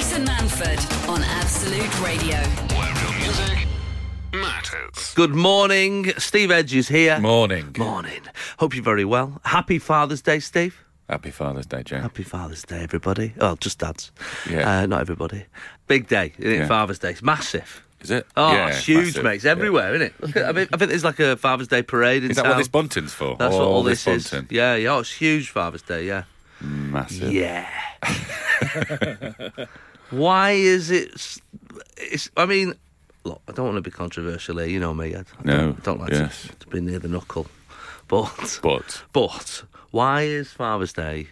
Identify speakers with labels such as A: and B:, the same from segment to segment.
A: Salford on Absolute Radio.
B: Where real music matters.
C: Good morning. Steve Edge is here.
D: Morning.
C: Morning. Hope you're very well. Happy Father's Day, Steve.
D: Happy Father's Day, Jack.
C: Happy Father's Day, everybody. Oh, just dads.
D: Yeah.
C: Uh, not everybody. Big day, isn't it?
D: Yeah.
C: Father's Day. It's massive.
D: Is it?
C: Oh,
D: Yeah,
C: it's huge,
D: massive.
C: mate. It's everywhere, isn't it? Look at- I, mean, I think there's like a Father's Day parade in
D: Is that
C: town.
D: what this bunting's for? Oh,
C: That's what all Oh, this, is.
D: bunting.
C: Yeah, yeah. Oh, it's huge Father's Day, yeah.
D: Massive.
C: Yeah. Why is it? s- It's. I mean, look. I don't want to be controversial here. You know me. I, I
D: No,
C: Don't, don't like to-
D: yes.
C: to, be near the knuckle. But, but
D: But
C: why is Father's Day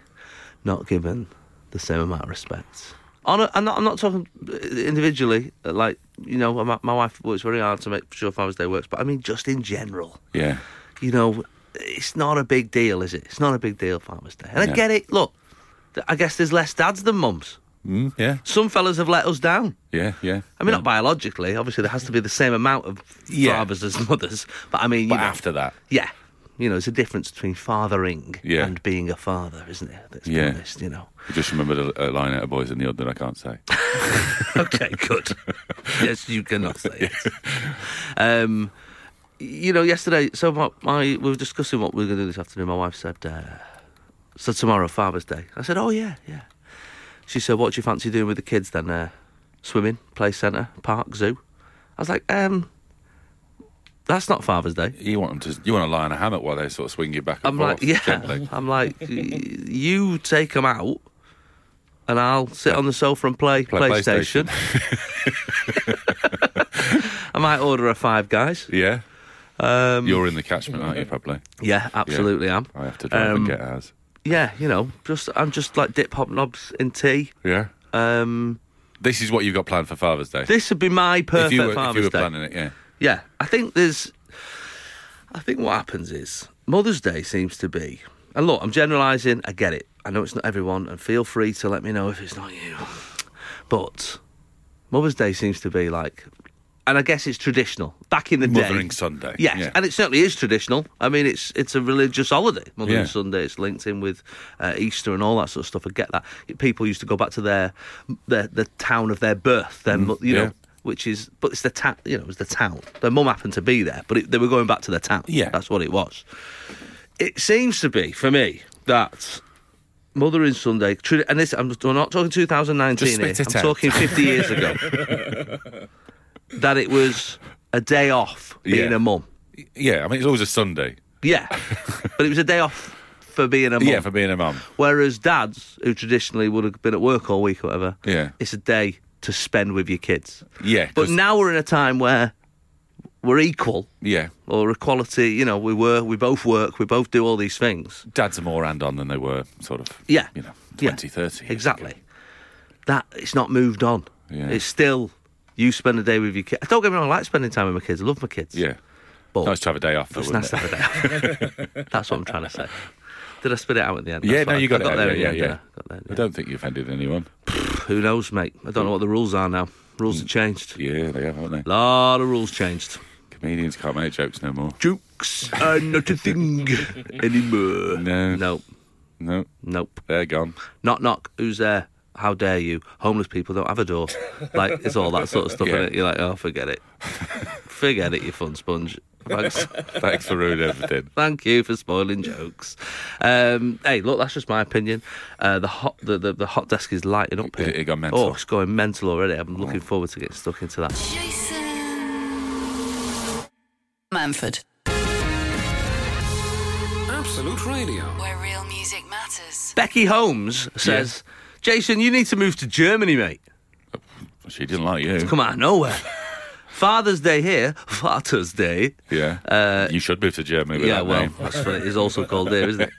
C: not given the same amount of respect? On a, I'm not. I'm not talking uh, individually. uh, Like you know, my, my wife works very hard to make sure Father's Day works. But I mean, just in general
D: yeah,
C: you know, it's not a big deal, is it? It's not a big deal, Farmers Day. And I
D: No.
C: get it. Look, th- I guess there's less dads than mums.
D: mm, yeah,
C: Some fellas have let us down.
D: yeah, yeah.
C: I mean,
D: yeah.
C: not biologically. Obviously, there has to be the same amount of
D: Yeah.
C: fathers as mothers. But I mean, you
D: But
C: know,
D: after that,
C: yeah, you know, there's a difference between fathering
D: Yeah.
C: and being a father, isn't there? Let's be
D: Yeah.
C: honest, you know.
D: I just remembered a, a line out of Boys in the Odd that I can't say.
C: okay, good. yes, you cannot say it. Um, you know, yesterday, so my, my we were discussing what we were going to do this afternoon. My wife said, uh, "So tomorrow, Father's Day." I said, "Oh yeah, yeah." She said, "What do you fancy doing with the kids then? Uh, swimming, play centre, park, zoo?" I was like, um, "That's not Father's Day."
D: You want them to? You want to lie in a hammock while they sort of swing you back and
C: I'm
D: forth
C: like, yeah.
D: gently.
C: I'm like, y- you take them out, and I'll sit on the sofa and play,
D: Play
C: PlayStation. I might order a Five Guys.
D: Yeah.
C: Um,
D: You're in the catchment, aren't you? Probably.
C: Yeah, absolutely am.
D: I have to drive
C: Um,
D: and get ours.
C: Yeah, you know, just I'm just like dip hop knobs in tea.
D: Yeah.
C: Um,
D: This is what you've got planned for Father's Day.
C: this would be my
D: if
C: perfect
D: you were, if you
C: Father's
D: were
C: Day.
D: planning it, yeah.
C: Yeah, I think there's. I think what happens is Mother's Day seems to be. And look, I'm generalising. I get it. I know it's not everyone, and feel free to let me know if it's not you. But Mother's Day seems to be like, and I guess it's traditional. Back in the day,
D: Mothering Sunday,
C: Yes,
D: yeah.
C: and it certainly is traditional. I mean, it's it's a religious holiday. Mothering
D: Yeah.
C: Sunday. It's linked in with uh, Easter and all that sort of stuff. I get that. People used to go back to their their the town of their birth. Their mo- you
D: Mm-hmm. yeah.
C: know which is but it's the town you know it was the town their mum happened to be there but it, they were going back to the town
D: Yeah.
C: that's what it was it seems to be for me that mothering sunday tradi- and this i'm just- I'm not talking 2019
D: Just spit
C: here,
D: it
C: i'm
D: out.
C: talking 50 years ago that it was a day off being
D: Yeah.
C: a mum
D: Yeah. I mean, it's always a Sunday.
C: yeah but it was a day off for being a mum
D: Yeah, for being a mum.
C: whereas dads who traditionally would have been at work all week or whatever
D: Yeah.
C: it's a day to spend with your kids
D: Yeah.
C: but
D: 'cause-
C: now we're in a time where we're equal
D: Yeah.
C: or equality. You know, we were, we both work, we both do all these things.
D: dads are more hand on than they were sort of
C: Yeah.
D: you know
C: Yeah.
D: 20 30 years
C: Exactly.
D: ago.
C: That it's not moved on.
D: Yeah.
C: It's still you spend a day with your kids. Don't get me wrong, I like spending time with my kids. I love my kids.
D: yeah
C: But
D: nice to have a day off though,
C: it's
D: wouldn't
C: nice to
D: it?
C: have a day off. That's what I'm trying to say. Did I spit it out at the end?
D: yeah
C: That's
D: no
C: fine.
D: you got,
C: I
D: it
C: there
D: out,
C: in the
D: yeah
C: end,
D: yeah,
C: didn't
D: yeah.
C: I? Got there in the
D: I
C: end.
D: don't think you offended anyone
C: Who knows, mate? I don't know what the rules are now. Rules have changed.
D: Mm. yeah they have haven't they
C: lot of rules changed.
D: comedians can't make jokes no more
C: Jokes are not a thing anymore.
D: No.
C: Nope.
D: no
C: Nope.
D: they're gone
C: Knock, knock. Who's there? How dare you? Homeless people don't have a door. Like it's all that sort of stuff.
D: Yeah.
C: innit? You're like, oh, forget it. forget it. You fun sponge. Thanks.
D: thanks for ruining everything
C: Thank you for spoiling jokes. Um, hey, look, that's just my opinion. Uh, the hot, the, the, the hot desk is lighting up
D: Is
C: here.
D: it- it gone mental? Oh.
C: Oh, it's going mental already. I'm looking forward to getting stuck into that.
A: Jason Manford,
B: Absolute Radio.
A: where real music matters.
C: Becky Holmes says, "Jason, you need to move to Germany, mate.
D: she didn't like you
C: Come out of nowhere." Father's Day here, Father's Day.
D: yeah
C: Uh,
D: you should move to Germany with
C: Yeah,
D: that
C: well,
D: name.
C: that's what it is also called there, isn't it?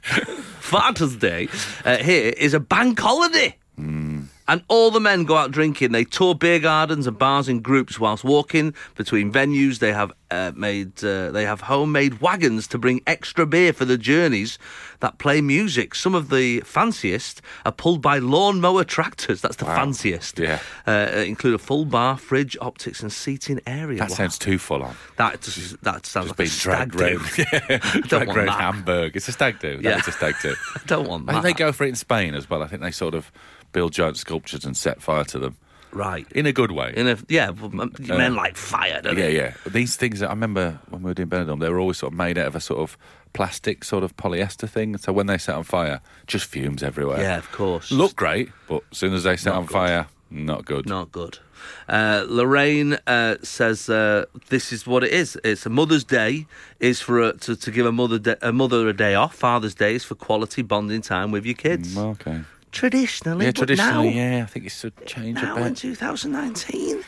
C: Father's Day uh, here is a bank holiday.
D: Hmm.
C: And all the men go out drinking. They tour beer gardens and bars in groups whilst walking between venues. They have uh, made uh, they have homemade wagons to bring extra beer for the journeys that play music. Some of the fanciest are pulled by lawnmower tractors. That's the fanciest.
D: Yeah.
C: uh, include a full bar, fridge, optics, and seating area.
D: that
C: Wow.
D: sounds too full on
C: that just, that sounds like
D: just being
C: a stag
D: dragged
C: do.
D: round yeah dragged
C: want
D: round
C: that.
D: Hamburg it's a stag do
C: Yeah.
D: that's a stag do
C: I don't want
D: I
C: that.
D: think they go for it in Spain as well I think they sort of build giant sculptures and set fire to them
C: right.
D: in a good way.
C: In a yeah, well, m- men like fire, don't
D: yeah,
C: they?
D: yeah. These things that I remember when we were doing Benidorm, they were always sort of made out of a sort of plastic, sort of polyester thing. So when they set on fire, just fumes everywhere.
C: Yeah, of course.
D: Look great, but as soon as they set on fire, not good.
C: Not good. Uh, Lorraine uh, says uh, this is what it is. It's a Mother's Day is for a, to, to give a mother da- a mother a day off. Father's Day is for quality bonding time with your kids.
D: Mm, Well, okay.
C: traditionally,
D: Yeah,
C: but
D: traditionally,
C: now,
D: yeah. I think it's a change
C: now
D: a
C: in
D: bit.
C: 2019.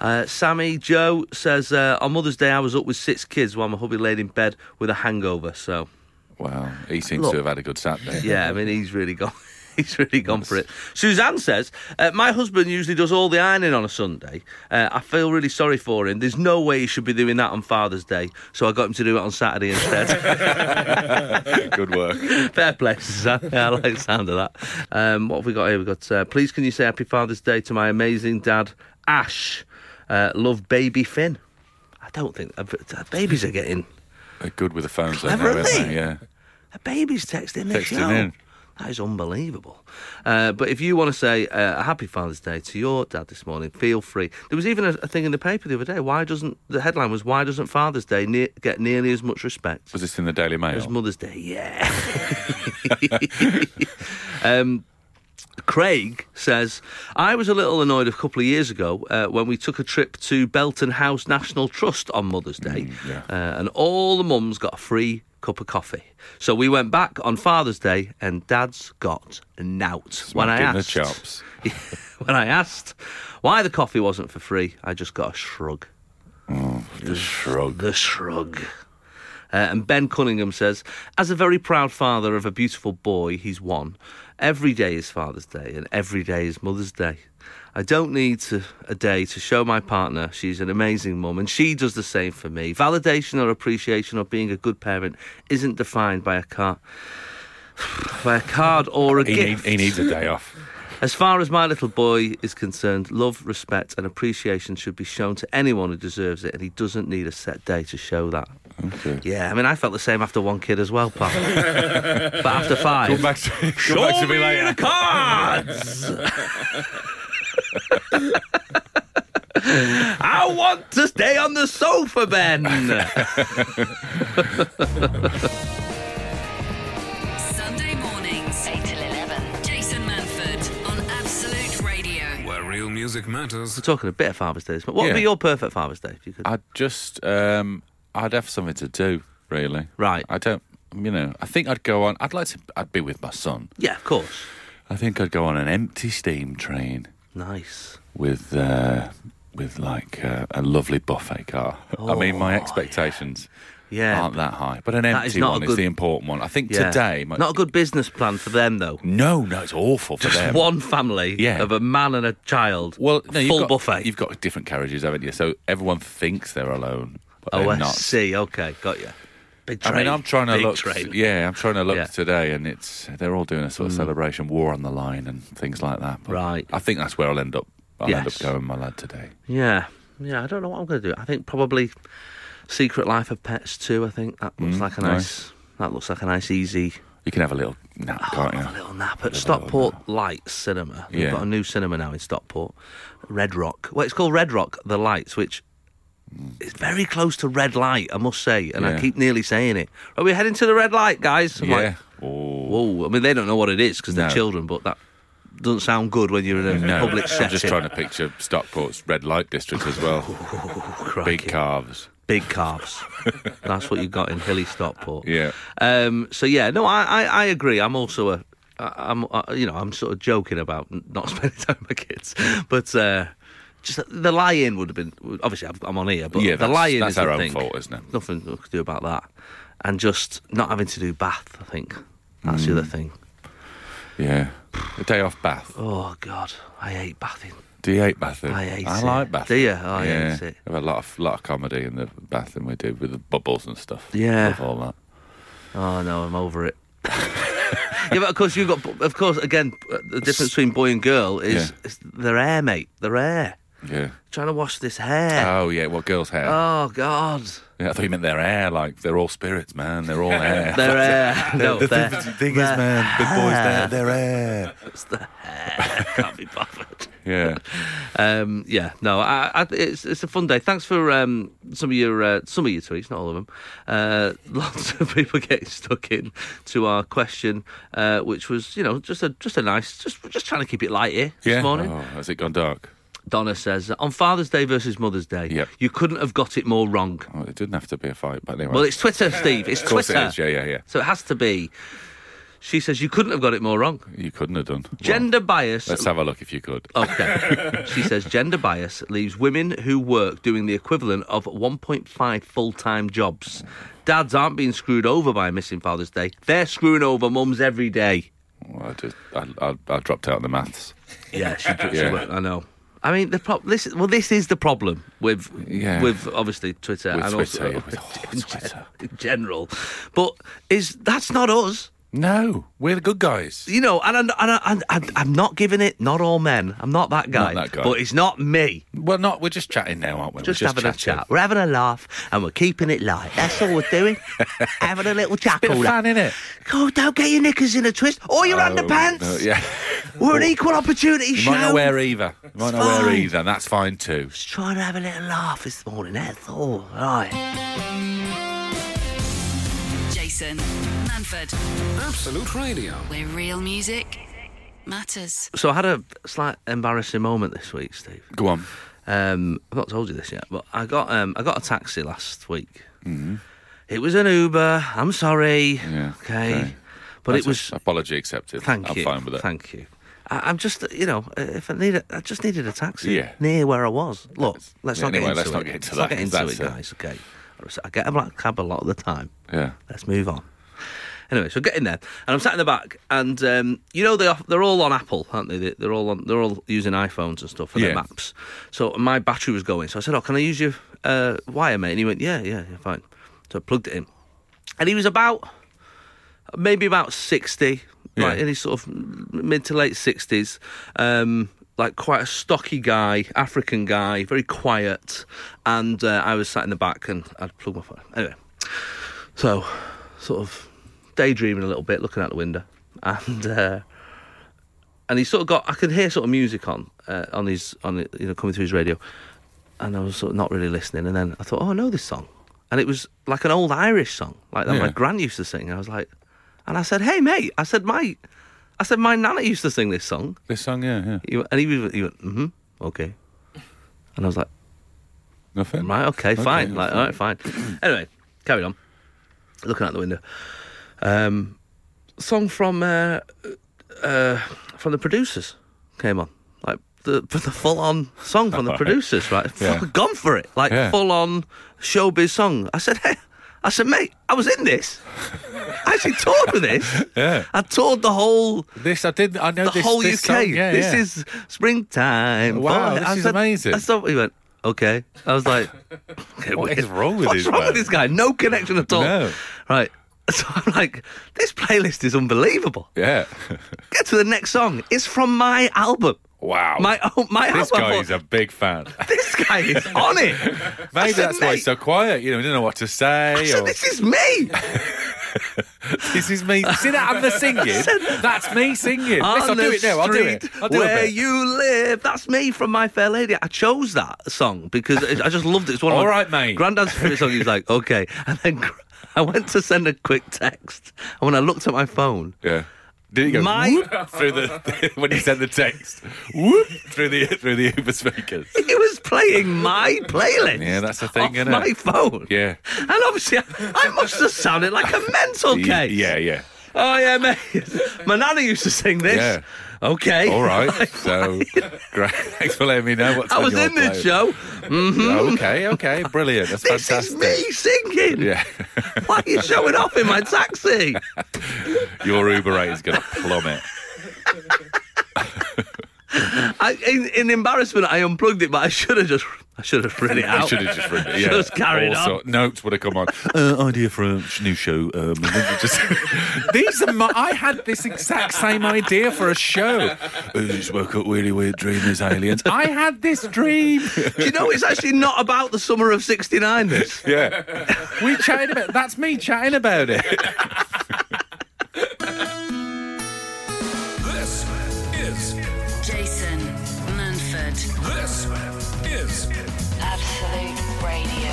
C: Uh, Sammy Joe says uh, on Mother's Day I was up with six kids while my hubby laid in bed with a hangover. So
D: Wow, he seems
C: Look.
D: to have had a good Saturday.
C: yeah, I mean he's really gone. He's really gone for it. Suzanne says, uh, My husband usually does all the ironing on a Sunday. Uh, I feel really sorry for him. There's no way he should be doing that on Father's Day. So I got him to do it on Saturday instead.
D: good work.
C: Fair play, Suzanne. Yeah, I like the sound of that. Um, what have we got here? We've got, uh, Please can you say Happy Father's Day to my amazing dad, Ash. Uh, love baby Finn. I don't think uh, babies are getting.
D: They're good with the phones, aren't
C: Clever, aren't
D: they? aren't
C: they?
D: they? Yeah.
C: A baby's texting this
D: Texting
C: show.
D: in.
C: That is unbelievable. Uh, but if you want to say uh, a happy Father's Day to your dad this morning, feel free. There was even a, a thing in the paper the other day. Why doesn't the headline was Why doesn't Father's Day ne- get nearly as much respect
D: Was this in the Daily Mail?
C: as Mother's Day? Yeah. um, Craig says, I was a little annoyed a couple of years ago uh, when we took a trip to Belton House National Trust on Mother's Day,
D: Mm, yeah.
C: uh, and all the mums got a free cup of coffee. So we went back on Father's Day, and Dad's got a knout. when I
D: Smacking the
C: asked,
D: chops.
C: when I asked why the coffee wasn't for free, I just got a shrug.
D: Mm, The shrug.
C: The shrug. Uh, and Ben Cunningham says, as a very proud father of a beautiful boy, he's one. Every day is Father's Day, and every day is Mother's Day. I don't need to, a day to show my partner she's an amazing mum, and she does the same for me. Validation or appreciation of being a good parent isn't defined by a card, by a card or a
D: He, need,
C: gift.
D: he needs a day off.
C: As far as my little boy is concerned, love, respect, and appreciation should be shown to anyone who deserves it, and he doesn't need a set day to show that.
D: Okay.
C: Yeah, I mean, I felt the same after one kid as well, pal. but after five,
D: Come back to, come
C: show
D: back to
C: me
D: me later.
C: the cards. I want to stay on the sofa, Ben.
A: Sunday mornings, 8 till 11. Jason Manford on Absolute Radio.
B: Where real music matters.
C: We're talking a bit of Father's Day this morning. What would be
D: Yeah.
C: your perfect Father's Day if you could?
D: I'd just, um, I'd have something to do, really.
C: Right.
D: I don't, you know, I think I'd go on, I'd like to, I'd be with my son.
C: yeah, of course.
D: I think I'd go on an empty steam train
C: Nice.
D: with, uh, with like uh, a lovely buffet car. I mean, my expectations
C: Oh, Yeah.
D: aren't that high, but an
C: That is
D: empty
C: not a
D: one
C: good-
D: is the important one. I think
C: Yeah.
D: today, my,
C: Not a good business plan for them, though.
D: no, no, it's awful for
C: Just
D: them.
C: one family
D: Yeah.
C: of a man and a child.
D: Well, no, you've
C: full
D: got,
C: buffet.
D: You've got different carriages, haven't you? So everyone thinks they're alone, but
C: oh,
D: they're
C: I
D: not.
C: see. Okay, got you. Big
D: I
C: train.
D: mean, I'm trying to
C: Big
D: look.
C: Train.
D: Yeah, I'm trying to look
C: Yeah. Mm.
D: today, and it's they're all doing a sort of celebration, war on the line, and things like that. But
C: Right.
D: I think that's where I'll end up. I'll end
C: Yes.
D: up going, my lad, today.
C: Yeah, yeah. I don't know what I'm going to do. I think probably Secret Life of Pets too. I think that looks like a nice.
D: Mm, nice.
C: That looks like a nice, easy
D: You can have a little nap, can't
C: Oh, have a
D: you?
C: little nap at Stockport Lights Cinema. We've
D: Yeah.
C: got a new cinema now in Stockport, Red Rock. Well, it's called Red Rock The Lights, which is very close to Red Light, I must say, and I
D: Mm. Yeah.
C: keep nearly saying it. Are we heading to the Red Light, guys? I'm
D: yeah.
C: like,
D: oh.
C: Whoa! I mean, they don't know what it is because they're
D: No.
C: children, but that doesn't sound good when you're in a
D: No,
C: public setting.
D: I'm just trying to picture Stockport's red light district as well.
C: Oh, Crikey.
D: Big calves.
C: Big calves. That's what you got in hilly Stockport.
D: Yeah.
C: Um, so yeah, no, I, I, I agree. I'm also a, I- I'm, uh you know, I'm sort of joking about n- not spending time with my kids, but uh, just the lie-in would have been obviously I've- I'm on here, but
D: Yeah,
C: the
D: that's-
C: lie-in
D: that's
C: is the
D: our own
C: thing.
D: fault, isn't it?
C: Nothing we could do about that, and just not having to do bath. I think that's the other
D: Mm.
C: thing.
D: Yeah. A day off bath.
C: Oh God, I hate bathing.
D: Do you hate bathing?
C: I hate
D: I
C: it.
D: like bathing.
C: Do you? I hate it.
D: We have a lot of lot of comedy in the bathing we do with the bubbles and stuff.
C: Yeah.
D: Love all that.
C: Oh no, I'm over it. yeah, but of course you've got. Of course, again, the difference between boy and girl is,
D: Yeah.
C: is their hair, mate. Their hair.
D: Yeah.
C: Trying to wash this hair.
D: Oh yeah. Well, girls' hair.
C: oh God,
D: yeah, I thought you meant their hair. Like they're all spirits, man. They're all hair.
C: their hair. No,
D: the
C: their
D: thing is, man, big boys, they're, they're hair.
C: hair can't be bothered.
D: Yeah.
C: Um, yeah, no, I, I, it's it's a fun day. Thanks for um, some of your uh, some of your tweets, not all of them. Uh, lots of people getting stuck in to our question, uh, which was you know just a just a nice just we're just trying to keep it light here
D: yeah.
C: this morning.
D: Oh, has it gone dark?
C: Donna says on Father's Day versus Mother's Day,
D: Yep.
C: you couldn't have got it more wrong.
D: Oh, it didn't have to be a fight, but anyway.
C: Well, it's Twitter, Steve. It's
D: of course
C: Twitter.
D: it is. Yeah, yeah, yeah.
C: So it has to be. She says you couldn't have got it more wrong.
D: You couldn't have done. Well,
C: Gender Oh. bias
D: let's have a look if you could.
C: Okay. she says gender bias leaves women who work doing the equivalent of 1.5 full time jobs. Dads aren't being screwed over by missing Father's Day. They're screwing over mums every day.
D: Well, I just, I, I, I dropped out of the maths.
C: Yeah, she, she
D: Yeah.
C: went, I know. I mean, the problem. This, well, this is the problem with
D: Yeah.
C: with obviously Twitter
D: With
C: and
D: Twitter,
C: also
D: with all
C: in,
D: Twitter.
C: in general. But is that's not us,
D: No, we're the good guys.
C: you know? And I'm, and, I, and, and I'm not giving it. Not all men. I'm not that guy.
D: that guy.
C: But it's not me.
D: Well, not. We're just chatting now, aren't we?
C: just,
D: we're
C: having a chat. We're having a laugh and we're keeping it light. That's all we're doing. having a little
D: Bit of
C: chuckle.
D: fun, innit?
C: Oh, don't get your knickers in a twist or your
D: Oh,
C: underpants.
D: no, yeah.
C: We're an equal opportunity
D: You
C: show.
D: might not wear either. You might not wear
C: fine.
D: either. and That's fine too.
C: Just trying to have a little laugh this morning. That's all. All right.
A: Jason Manford,
B: Absolute Radio.
A: where real music matters.
C: So I had a slight embarrassing moment this week, Steve.
D: Go on.
C: Um, I've not told you this yet, but I got um, I got a taxi last week. It was an Uber. I'm sorry.
D: Mm-hmm. Yeah,
C: Okay.
D: okay.
C: But
D: That's
C: it was.
D: a- apology accepted.
C: Thank
D: I'm
C: you.
D: fine with it.
C: Thank you. I, I'm just, you know, uh, if I need, a, I just needed a taxi
D: Yeah.
C: near where I was. Look, let's not
D: anyway,
C: get into
D: let's
C: it.
D: not get into
C: let's
D: that,
C: Not get
D: 'cause
C: into it, guys.
D: that's
C: Okay. I get a black cab a lot of the time.
D: Yeah.
C: Let's move on. Anyway, so get in there, and I'm sat in the back, and um, you know they are, they're all on Apple, aren't they? They- They're all on, they're all using iPhones and stuff for
D: Yeah.
C: their maps. So my battery was going, so I said, "Oh, can I use your uh, wire, mate?" And he went, "Yeah, yeah, yeah, fine." So I plugged it in, and he was about maybe about sixty,
D: Yeah.
C: like in his sort of m- mid to late sixties, um, like quite a stocky guy, African guy, very quiet. And uh, I was sat in the back, and I'd plug my phone. Anyway, so sort of daydreaming a little bit, looking out the window, and. Uh, and he sort of got I could hear sort of music on uh, on his on it, you know coming through his radio, and I was sort of not really listening. And then I thought, oh, I know this song, and it was like an old Irish song, like that my
D: Yeah.
C: gran used to sing. I was like, and I said, hey mate, I said my, I said my nana used to sing this song,
D: This song, yeah, yeah.
C: He went- and he was he went, mm-hmm, okay, and I was like,
D: Nothing.
C: Right, okay, fine.
D: that's
C: Like, all right, fine. anyway, carried on. Looking out the window. Um, song from uh, uh, from the producers came on. Like the the full on song from the
D: Right.
C: producers, right?
D: Yeah.
C: Fucking Gone for it. Like
D: Yeah.
C: full on showbiz song. I said, hey, I said, mate, I was in this. I actually toured with this.
D: Yeah.
C: I toured the whole
D: This I did. I know
C: the
D: this,
C: whole
D: this
C: UK.
D: song, yeah,
C: this
D: yeah.
C: is springtime.
D: Wow,
C: Boy,
D: this
C: I
D: is
C: said-
D: amazing.
C: I saw, he went, okay. I was like, okay,
D: What
C: wait,
D: is wrong with
C: what's
D: this
C: wrong
D: man?
C: with this guy? No connection at all.
D: No.
C: Right. So I'm like, this playlist is unbelievable.
D: Yeah.
C: Get to the next song. It's from my album.
D: Wow.
C: My own, my
D: Oh. this
C: album. I
D: guy
C: thought,
D: is a big fan.
C: this guy is on it. I
D: Maybe
C: said,
D: that's why he's
C: "Mate,"
D: so quiet. You know, he doesn't know what to say.
C: I said,
D: or,
C: this is me.
D: this is me. See that? I'm the singing. that's me singing. Listen, I'll
C: on
D: do
C: the
D: it now. I'll do it.
C: street
D: I'll do
C: where
D: it.
C: you live. That's me from My Fair Lady. I chose that song because it- I just loved it. It's one of
D: All
C: my
D: right, mate.
C: Granddad's favorite song. He's like, okay, and then gr- I went to send a quick text, and when I looked at my phone,
D: Yeah. Did he go
C: My-
D: whoop through the when he sent the text whoop through the through the Uber speakers?
C: it was playing my playlist.
D: Yeah, that's the thing,
C: off
D: innit?
C: my phone.
D: Yeah.
C: and obviously I, I must have sounded like a mental case.
D: Yeah, yeah.
C: Oh yeah, mate. My nana used to sing this.
D: Yeah.
C: Okay.
D: All right. so great. Thanks for letting me know what's
C: I
D: on
C: was
D: your
C: in this
D: plate.
C: show.
D: Mm. Oh, Okay, okay, brilliant. That's
C: This
D: fantastic.
C: is me singing.
D: Yeah,
C: Why are you showing off in my taxi?
D: your Uber rate is going to plummet.
C: I, in, in embarrassment, I unplugged it, but I should have just, I should have written it
D: I
C: out.
D: should have Oh. just written it. Yeah,
C: Just carried
D: all
C: on.
D: sort- notes would have come on. Uh, idea for a sh- new show. Um, and then you just these are my. I had this exact same idea for a show. I just woke up really weird, dream there's aliens. I had this dream.
C: Do you know it's actually not about the summer of '69? This.
D: Yeah, we chatted about. That's me chatting about it.
B: This is
A: Jason Manford. Manford.
B: This is
A: Absolute Radio.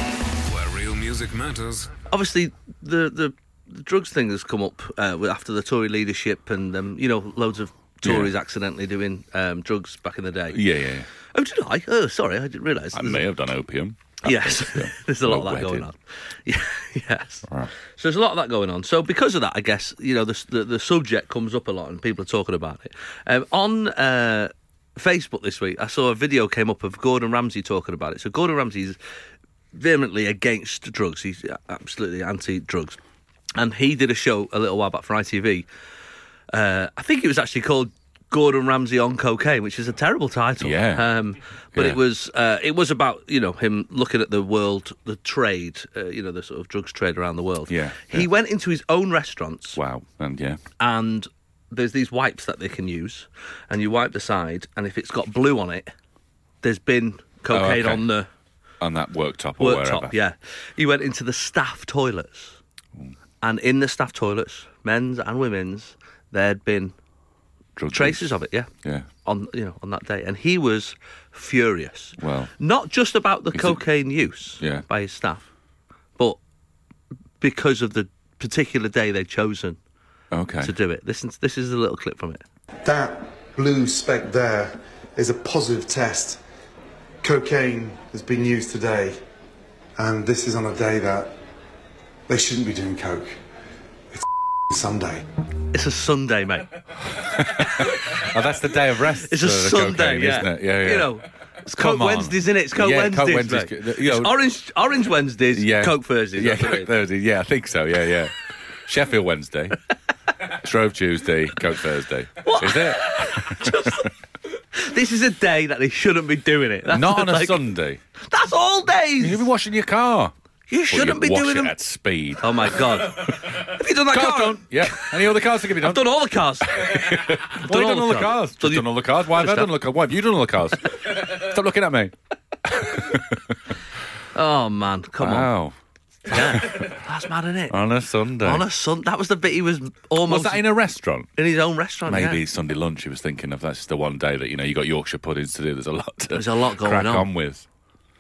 B: where real music matters.
C: Obviously, the, the, the drugs thing has come up uh, with- after the Tory leadership and, um, you know, loads of Tories accidentally doing um, drugs back in the day.
D: Yeah, yeah.
C: Oh, did I? Oh, sorry, I didn't realise.
D: I
C: There's-
D: may have done opium.
C: Yes, there's a lot of that
D: Well-wedded.
C: going on. Yeah, yes.
D: Right.
C: So there's a lot of that going on. So because of that, I guess you know the the, the subject comes up a lot and people are talking about it. Um, on uh, Facebook this week, I saw a video came up of Gordon Ramsay talking about it. So Gordon Ramsay's vehemently against drugs. He's absolutely anti-drugs, and he did a show a little while back for ITV. Uh, I think it was actually called. Gordon Ramsay on cocaine, which is a terrible title.
D: Yeah.
C: Um, but
D: Yeah.
C: it was uh, it was about you know him looking at the world, the trade, uh, you know the sort of drugs trade around the world.
D: Yeah,
C: He
D: yeah.
C: went into his own restaurants
D: Wow. And yeah.
C: and there's these wipes that they can use, and you wipe the side, and if it's got blue on it, there's been cocaine
D: Oh, okay.
C: on the
D: And that worktop or wherever.
C: worktop. Yeah. He went into the staff toilets,
D: Mm.
C: and in the staff toilets, men's and women's, there'd been
D: Drug use.
C: traces of it. Yeah.
D: Yeah.
C: On you know on that day, and he was furious.
D: Well.
C: not just about the
D: it-
C: cocaine use
D: Yeah.
C: by his staff, but because of the particular day they'd chosen
D: Okay.
C: to do it. This is this is a little clip from it.
E: That blue speck there is a positive test. Cocaine has been used today, and this is on a day that they shouldn't be doing coke. It's Sunday.
C: It's a Sunday, mate.
D: Oh, that's the day of rest.
C: It's a
D: for the
C: Sunday,
D: cocaine,
C: yeah.
D: Isn't it? Yeah, yeah.
C: You know, it's
D: Come
C: Coke
D: on.
C: Wednesdays, isn't it? It's Coke
D: Yeah, Coke
C: Wednesdays.
D: Wednesdays,
C: mate.
D: you know-
C: It's orange, orange Wednesdays,
D: yeah.
C: Coke Thursdays.
D: Yeah,
C: that's what it
D: Coke
C: is.
D: Thursday. Yeah, I think so. Yeah, yeah. Sheffield Wednesday. Shrove Tuesday. Coke Thursday.
C: What?
D: Is it?
C: This is a day that they shouldn't be doing it. That's
D: Not on a
C: like-
D: Sunday.
C: That's all
D: You'll
C: days.
D: be washing your car.
C: You
D: Or you
C: shouldn't be
D: wash
C: doing
D: it
C: them.
D: at speed.
C: Oh my god! Have you done that
D: Cars
C: car?
D: done. Yeah. Any other cars that can be done?
C: I've done all the cars.
D: Why have you done all the cars? Just
C: Done you-
D: done all the cars. Why have I
C: Understand.
D: done all the cars? Why have you done all the cars? Stop looking at me.
C: Oh man, come on.
D: Wow.
C: Yeah. That's mad, isn't it?
D: On a Sunday.
C: On a sun, that was the bit he was almost
D: Was that in a restaurant?
C: in his own restaurant.
D: Maybe
C: yeah.
D: Sunday lunch. He was thinking of that's just the one day that you know you got Yorkshire puddings to do. There's a lot. To
C: There's a lot going
D: crack
C: on.
D: on. with.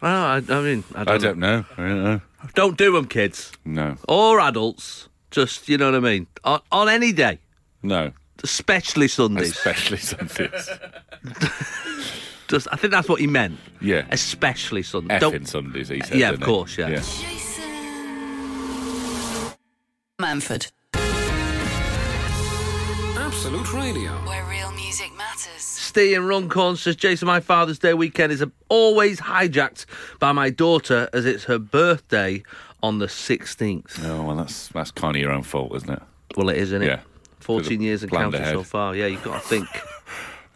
C: Well, I, I mean, I don't,
D: I don't know. I don't know.
C: know. Don't do them, kids
D: No.
C: or adults. Just you know what I mean. On, on any day,
D: No.
C: especially Sundays.
D: Especially Sundays.
C: just, I think that's what he meant.
D: Yeah.
C: Especially Sundays.
D: Effing Sundays. He said.
C: Yeah, of
D: didn't he?
C: course, yeah.
A: Jason Manford.
B: Absolute Radio.
A: Where real music matters.
C: Steve in Runcorn says, Jason, my Father's Day weekend is always hijacked by my daughter as it's her birthday on the 16th.
D: Oh well, that's that's kind of your own fault, isn't it?
C: Well, it is, isn't it?
D: Yeah.
C: 14 years and
D: Planned
C: counting
D: ahead.
C: so far. Yeah, you've got to think.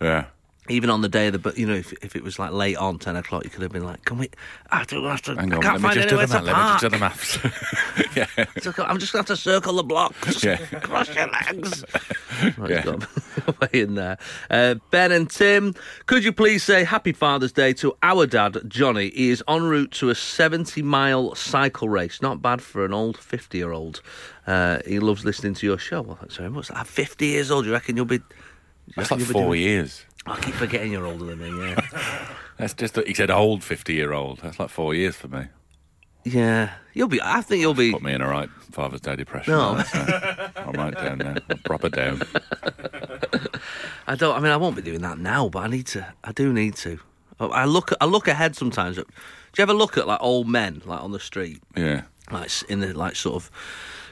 D: Yeah.
C: Even on the day of the, but you know, if, if it was like late on ten o'clock, you could have been like, "Can we? I don't have to.
D: Hang
C: I
D: on.
C: can't
D: Let me
C: find
D: just do
C: anywhere
D: the
C: to
D: math. Let me just
C: park.
D: do the maths. yeah.
C: Just- I'm just going to have to circle the block. Just
D: Yeah.
C: Cross your legs. Right,
D: Yeah.
C: got way in there. Uh, ben and Tim, could you please say Happy Father's Day to our dad, Johnny? He is en route to a 70 mile cycle race. Not bad for an old 50 year old. Uh, he loves listening to your show. Well, thanks very much. I'm 50 years old. You reckon you'll be. you
D: That's
C: reckon
D: like
C: you'll be
D: four
C: doing-
D: years.
C: I keep forgetting you're older than me, yeah.
D: That's just he said old fifty year old. That's like four years for me.
C: yeah. You'll be. I think you'll be.
D: Put me in a right Father's Day depression.
C: No.
D: that's, uh, I'm right down now. I'm proper down.
C: I don't. I mean, I won't be doing that now, but I need to. I do need to. I- I look. I look ahead sometimes. Do you ever look at like old men like on the street,
D: Yeah.
C: like s- in the like sort of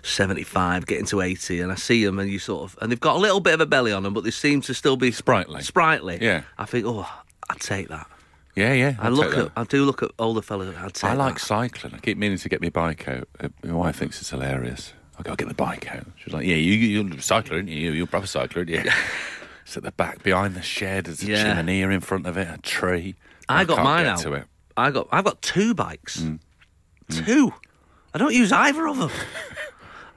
C: seventy-five, getting to eighty, and I see them, and you sort of, and they've got a little bit of a belly on them, but they seem to still be
D: Sprightly.
C: Sprightly.
D: Yeah.
C: I think, oh, I'd take that.
D: Yeah, yeah.
C: i
D: I'll
C: look
D: take
C: at.
D: that.
C: I do look at older fellas. I'd take.
D: I like
C: that.
D: cycling. I keep meaning to get my bike out. Uh, My wife thinks it's hilarious. I go, get my bike out. She's like, yeah, you, you- you're a cycler, aren't you? You're a proper cycler, aren't you? it's at the back, behind the shed. There's a
C: Yeah.
D: chimney in front of it, a tree.
C: I got
D: can't
C: mine
D: get
C: out.
D: to it. Mm.
C: I got I've got two bikes. Two. I don't use either of them.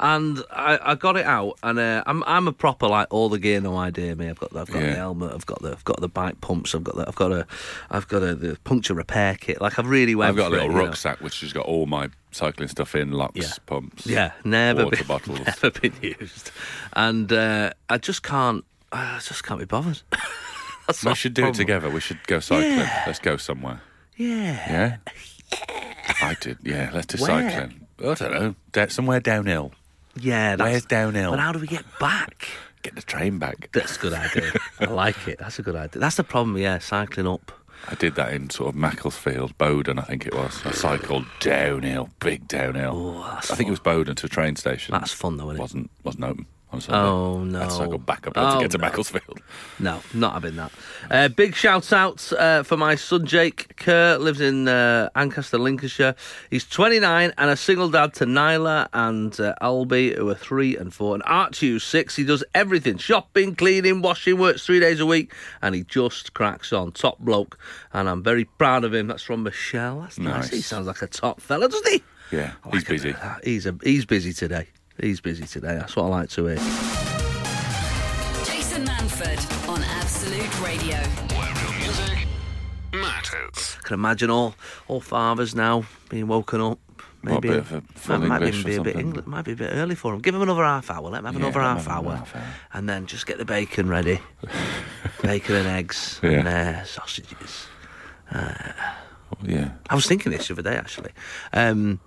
C: and I, I got it out, and uh, I'm I'm a proper like all the gear, no idea me. I've got the, I've got
D: Yeah.
C: the helmet, I've got the I've got the bike pumps, I've got the, I've got a I've got a the puncture repair kit. Like I've really went.
D: I've got a
C: for it,
D: little
C: you know.
D: rucksack which has got all my cycling stuff in, locks,
C: Yeah.
D: pumps,
C: Yeah, never
D: water
C: been,
D: bottles.
C: never uh, been used, and uh, I just can't. I just can't be bothered. That's
D: We
C: our
D: should do it
C: problem.
D: together. We should go cycling.
C: Yeah.
D: Let's go somewhere.
C: Yeah.
D: Yeah? I did. Yeah, let's do
C: Where?
D: cycling. I don't know. Da- somewhere downhill.
C: Yeah. That's,
D: Where's downhill?
C: But how do we get back?
D: Get the train back.
C: That's a good idea. I like it. That's a good idea. That's the problem, yeah, cycling up.
D: I did that in sort of Macclesfield, Bowden, I think it was. I cycled downhill, big downhill.
C: Oh,
D: I
C: that's
D: think it was Bowden to a train station.
C: That's fun though, isn't it?
D: Wasn't wasn't open. On Sunday.
C: Oh, no.
D: I had to cycle back up hill
C: Oh,
D: to get to
C: no.
D: Macclesfield.
C: No, not having that. Uh, big shout out uh, for my son Jake Kerr, lives in uh, Ancaster, Lincolnshire. He's 29 and a single dad to Nyla and uh, Albie, who are three and four, and Archie, who's six. He does everything shopping, cleaning, washing, works three days a week, and he just cracks on. Top bloke, and I'm very proud of him. That's from Michelle. That's nice.
D: Nice.
C: He sounds like a top fella, doesn't he?
D: Yeah,
C: I like
D: he's
C: a bit
D: busy.
C: of that. He's, a, he's busy today. He's busy today. That's what I like to hear.
A: Jason Manford on Absolute Radio.
B: Where real music matters.
C: can imagine all all fathers now being woken up.
D: Well, a
C: Maybe
D: bit of a full
C: might, might
D: English
C: even
D: or
C: be a bit
D: something.
C: Engli- might be a bit early for them. Give them another half hour. Let them have
D: Yeah,
C: another
D: let 'em
C: half
D: have
C: hour,
D: another half hour.
C: and then just get the bacon ready, bacon and eggs
D: Yeah.
C: and uh, sausages.
D: Yeah.
C: I was thinking this the other day actually. Um,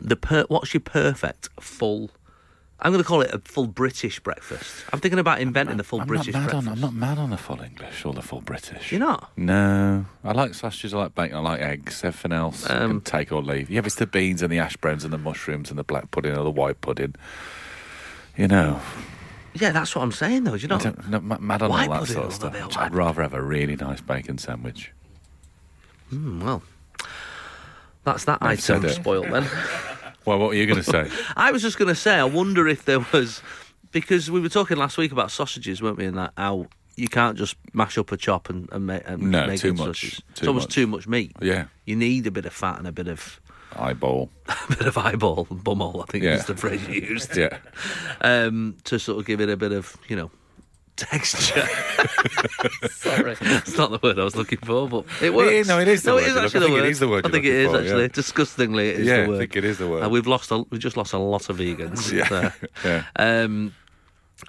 C: the per- what's your perfect full? I'm going to call it a full British breakfast. I'm thinking about inventing the full
D: I'm
C: British
D: not mad
C: breakfast.
D: on. I'm not mad on the full English or the full British.
C: You're not.
D: No, I like sausages. I like bacon. I like eggs. Everything else I can
C: Um,
D: take or leave. Yeah, if it's the beans and the ash browns and the mushrooms and the black pudding or the white pudding. You know,
C: Yeah, that's what I'm saying though. You're
D: I
C: not.
D: don't, no, ma- mad on
C: White
D: all that
C: pudding
D: sort of
C: or the
D: stuff.
C: bit of
D: I'd
C: white-
D: rather have a really nice bacon sandwich.
C: Mm, well, that's that
D: Never said
C: item
D: it.
C: spoiled then.
D: Well, what are you going to say?
C: I was just going to say, I wonder if there was because we were talking last week about sausages, weren't we? And that how you can't just mash up a chop and, and make and
D: No,
C: make
D: too
C: good
D: much,
C: sausages. it's
D: too
C: almost
D: much.
C: too much meat.
D: Yeah.
C: you need a bit of fat and a bit of
D: Eyeball.
C: a bit of eyeball and bumhole. I think
D: Yeah.
C: is the phrase you used
D: Yeah.
C: um, to sort of give it a bit of you know. Texture. Sorry, it's not the word I was looking for, but it works.
D: is- no, it is the
C: no,
D: word
C: It is
D: you're
C: actually the
D: looking- I think it
C: word.
D: is the
C: I
D: word you're
C: think it
D: looking
C: is
D: for,
C: actually.
D: yeah.
C: Disgustingly, it is
D: Yeah, I
C: the word.
D: think it is the word.
C: Uh, we've lost. A, we've just lost a lot of vegans.
D: Yeah.
C: So,
D: yeah.
C: um,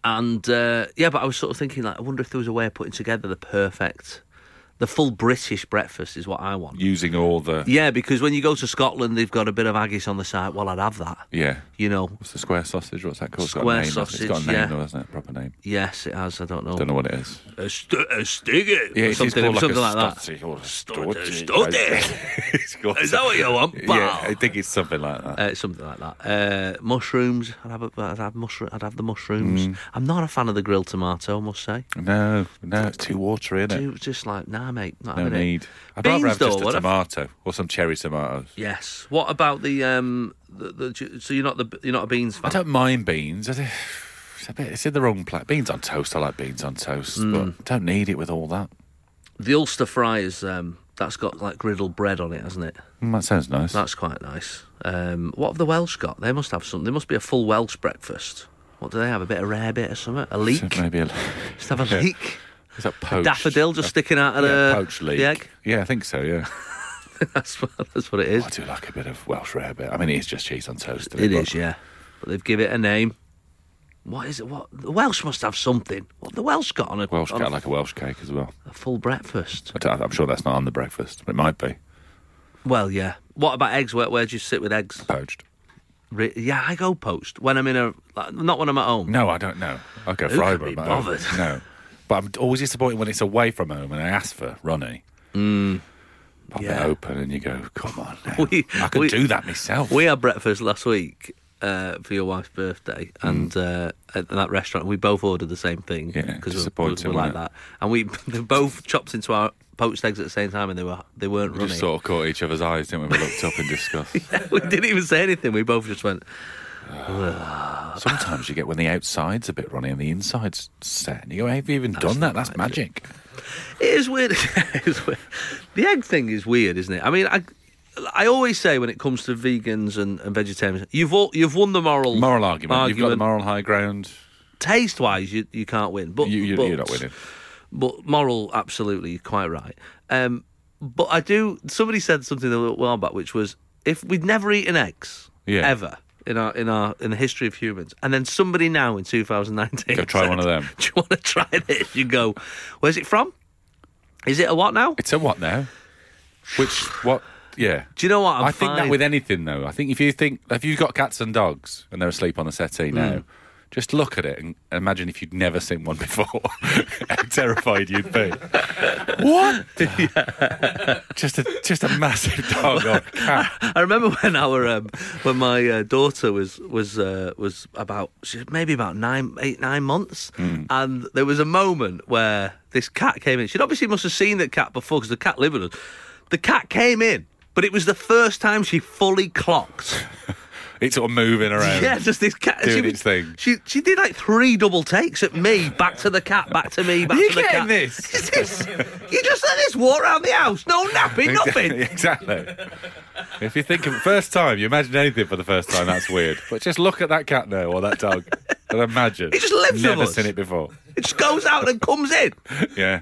C: and uh, yeah, but I was sort of thinking, like, I wonder if there was a way of putting together the perfect, the full British breakfast is what I want.
D: Using all the.
C: Yeah, because when you go to Scotland, they've got a bit of haggis on the side. Well, I'd have that.
D: Yeah.
C: You know,
D: What's the square sausage? What's that called?
C: Square
D: it's got a name, hasn't it? It's got a
C: sausage,
D: name,
C: yeah.
D: though, hasn't it? Proper name.
C: yes, it has. I don't know.
D: Don't know what it is.
C: A, st- a stiggy.
D: Yeah,
C: or
D: it's called
C: something,
D: like
C: something
D: a
C: like that.
D: stotty or a
C: Stotty,
D: stotty.
C: stotty.
D: It's got-
C: Is that what you want,
D: Yeah,
C: pal?
D: I think it's something like that.
C: Uh, something like that. Uh, mushrooms. I'd have, a, I'd, have mushroom, I'd have the mushrooms.
D: Mm.
C: I'm not a fan of the grilled tomato, I must say.
D: no, no, it's too watery, isn't it?
C: It was just like, nah, mate. Not
D: No
C: having it.
D: need. I'd
C: Beans,
D: rather have
C: though,
D: just a
C: what if-
D: tomato or some cherry tomatoes.
C: Yes. What about the um? The, the, so you're not the you're not a beans fan.
D: I don't mind beans. I don't- It's a bit. It's in the wrong place. Beans on toast. I like beans on toast,
C: Hmm.
D: but I don't need it with all that.
C: The Ulster fry is um. That's got like griddled bread on it, hasn't it?
D: Mm, that sounds nice.
C: That's quite nice. Um, what have the Welsh got? They must have something. They must be a full Welsh breakfast. What do they have? A bit of rare bit or something? A
D: So
C: leek?
D: maybe a,
C: Just have a
D: Yeah.
C: leek.
D: is that poached?
C: Daffodil just sticking out of
D: yeah,
C: the,
D: poached leek.
C: the egg.
D: Yeah, I think so. Yeah,
C: That's what, that's what it is.
D: I do like a bit of Welsh rarebit. I mean, it is just cheese on toast. isn't
C: It
D: But
C: is, yeah. But they've give it a name. What is it? What the Welsh must have something. What have the Welsh got on a
D: Welsh.
C: on
D: I like a Welsh cake as well.
C: a full breakfast?
D: I don't- I'm sure that's not on the breakfast, but it might be
C: Well, yeah. What about eggs? Where, where do you sit with eggs?
D: poached.
C: Re- yeah, I go poached when I'm in a like, not when I'm at home.
D: No, I don't know. I go
C: Who
D: for
C: can
D: home.
C: be
D: at home.
C: bothered?
D: No, but I'm always disappointed when it's away from home and I ask for Ronnie. Mm. Pop
C: Hmm. yeah.
D: it open and you go, come on. Now.
C: We-
D: I can
C: we-
D: do that myself.
C: We had breakfast last week uh, for your wife's birthday, and uh, at that restaurant we both ordered the same thing
D: Hmm. Yeah,
C: we're,
D: disappointing,
C: we're like that,
D: wasn't
C: and we they both chopped into our poached eggs at the same time, and they were they weren't
D: We
C: running.
D: just sort of caught each other's eyes, didn't we? We looked up in disgust.
C: we didn't even say anything. We both just went.
D: Sometimes you get when the outside's a bit runny and the inside's set. And you go, have you even done that? That's magic.
C: It is weird. it's weird. The egg thing is weird, isn't it? I mean, I, I always say when it comes to vegans and, and vegetarians, you've all, you've won the moral
D: Moral argument. You've got the moral high ground.
C: Taste wise, you you can't win, but,
D: You, you,
C: but
D: you're not winning.
C: But moral, absolutely, you're quite right. Um, but I do. Somebody said something a little while back, which was if we'd never eaten eggs
D: Yeah.
C: ever. in our in our in the history of humans. And then somebody now in 2019
D: Go try
C: said,
D: one of them.
C: Do you want to try this? You go. Where's it from? Is it a what now?
D: It's a what now? Which what? Yeah.
C: Do you know what? I'm
D: i think that
C: fine.
D: with anything though. I think if you think if you've got cats and dogs and they're asleep on the settee
C: Hmm.
D: now, just look at it and imagine if you'd never seen one before, how terrified you'd be. what? just a just a massive dog or cat.
C: I remember when our um, when my uh, daughter was was uh, was about she was maybe about nine eight nine months,
D: Hmm.
C: and there was a moment where this cat came in. She'd obviously must have seen that cat before because the cat lived with us. The cat came in, but it was the first time she fully clocked.
D: It's sort of moving around.
C: yeah, just this cat
D: doing
C: she
D: its thing.
C: She she did like three double takes at me, back to the cat, back to me, back
D: Are you
C: to the
D: getting
C: cat.
D: this?
C: Is this? You just let this walk around the house, no napping, nothing.
D: exactly. If you think of first time, you imagine anything for the first time, that's weird. But just look at that cat now or that dog and imagine.
C: It just lives with
D: Never
C: us.
D: seen it before.
C: It just goes out and comes in.
D: Yeah.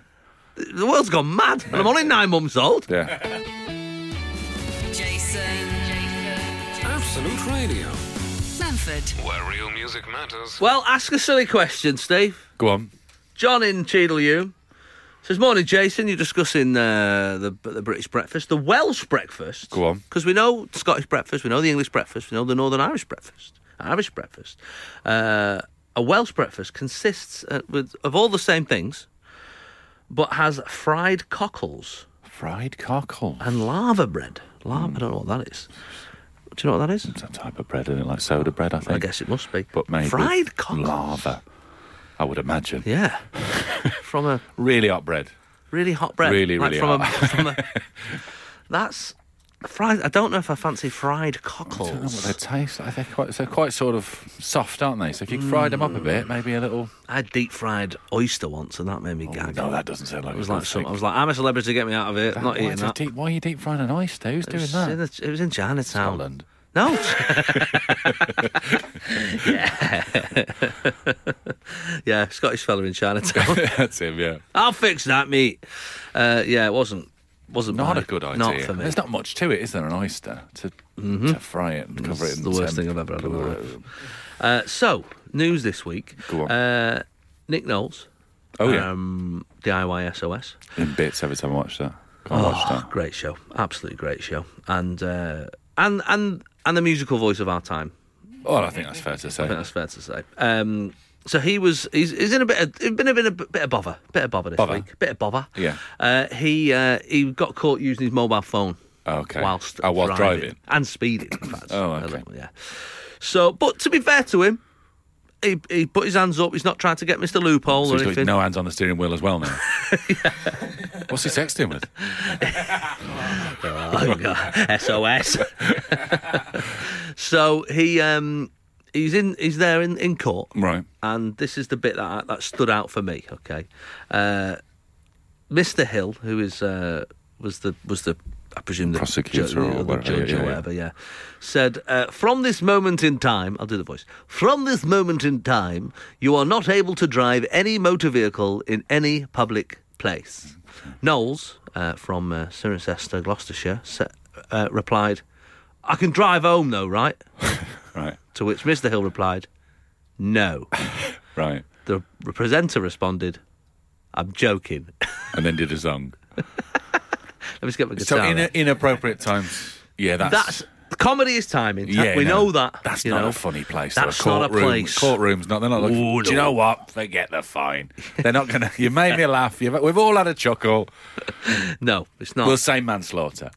C: The world's gone mad, and I'm only nine months old.
D: Yeah.
A: Jason. Jason.
B: Absolute Radio,
A: Manford.
B: where real music matters.
C: Well, ask a silly question, Steve.
D: Go on.
C: John in Cheadle says, "Morning, Jason. You're discussing uh, the the British breakfast, the Welsh breakfast.
D: Go on.
C: because we know Scottish breakfast, we know the English breakfast, we know the Northern Irish breakfast, Irish breakfast. Uh, a Welsh breakfast consists uh, with of all the same things, but has fried cockles
D: Fried cockle.
C: and lava bread. Lava, I don't know what that is. Do you know what that is?
D: Some type of bread, isn't it? Like soda bread, I think.
C: I guess it must be.
D: Hmm. But made
C: fried
D: with
C: cockles.
D: lava. I would imagine.
C: Yeah. from a
D: Really hot bread.
C: really hot bread.
D: Really, really
C: from A,
D: hot.
C: from a, that's fried. I don't know if I fancy fried cockles.
D: I don't know what Oh, they taste like. They're quite, they're quite sort of soft, aren't they? So if you
C: Mm.
D: fried them up a bit, maybe a little.
C: I had deep fried oyster once, and that made me gag.
D: Oh, No, that doesn't sound like
C: it was like some, I was like, I'm a celebrity. Get me out of here. Not eating that.
D: Deep, why are you deep frying an oyster? Who's
C: it,
D: doing
C: was
D: that?
C: In the, it was in Chinatown.
D: Scotland.
C: No. yeah. yeah, Scottish fella in Chinatown.
D: That's him, yeah.
C: I'll fix that, mate. Uh, yeah, it wasn't wasn't
D: Not
C: my-
D: a good idea.
C: Not for me. Mm-hmm.
D: There's not much to it, is there? An oyster to, to fry it and cover
C: It's
D: it. In
C: the worst
D: temp-
C: thing I've ever had in my life. Uh, so, news this week.
D: Go on.
C: Uh, Nick Knowles.
D: Oh yeah,
C: Um, DIY SOS.
D: in bits every time I watch that.
C: oh,
D: Can't watch that.
C: Ah, Great show. Absolutely great show. And uh, and and and the musical voice of our time.
D: Oh, I think that's fair to say.
C: I think that's fair to say. Um, so he was he's, he's in a bit of, he's been a bit of bit of bother, bit of bother this
D: Bother.
C: week, bit of bother.
D: Yeah.
C: Uh, he uh, he got caught using his mobile phone.
D: Okay.
C: Whilst
D: Oh, while
C: driving.
D: driving.
C: and speeding. In fact.
D: Oh,
C: A
D: okay.
C: little, Yeah. So, but to be fair to him, he he put his hands up. He's not trying to get Mr. Loophole
D: So
C: or
D: he's got
C: anything.
D: no hands on the steering wheel as well now. What's he texting with?
C: Oh, God. SOS. so he um he's in he's there in, in court.
D: Right.
C: And this is the bit that that stood out for me. Okay, uh, Mr. Hill, who is uh, was the was the I presume the
D: Prosecutor
C: ju-
D: or
C: the
D: whatever,
C: judge
D: yeah,
C: or
D: yeah.
C: whatever, yeah, said uh, from this moment in time, I'll do the voice. From this moment in time, you are not able to drive any motor vehicle in any public place. Knowles uh, from uh, Cirencester, Gloucestershire, sa- uh, replied, "I can drive home though, right?"
D: Right.
C: To which Mr. Hill replied, No.
D: Right.
C: The presenter responded, I'm joking.
D: And then did a song.
C: Let me just get my
D: So
C: guitar.
D: in
C: out.
D: inappropriate times. Yeah, that's.
C: That's comedy is timing.
D: yeah,
C: we
D: no,
C: know that.
D: That's
C: you
D: not
C: know.
D: a funny place.
C: That's
D: though.
C: not a
D: Courtroom-
C: place.
D: Courtrooms, not. They're not looking.
C: Ooh,
D: Do you
C: no.
D: know what? Forget the fine. They're not gonna. You made me laugh. You've, we've all had a chuckle.
C: No, it's not.
D: We'll say manslaughter.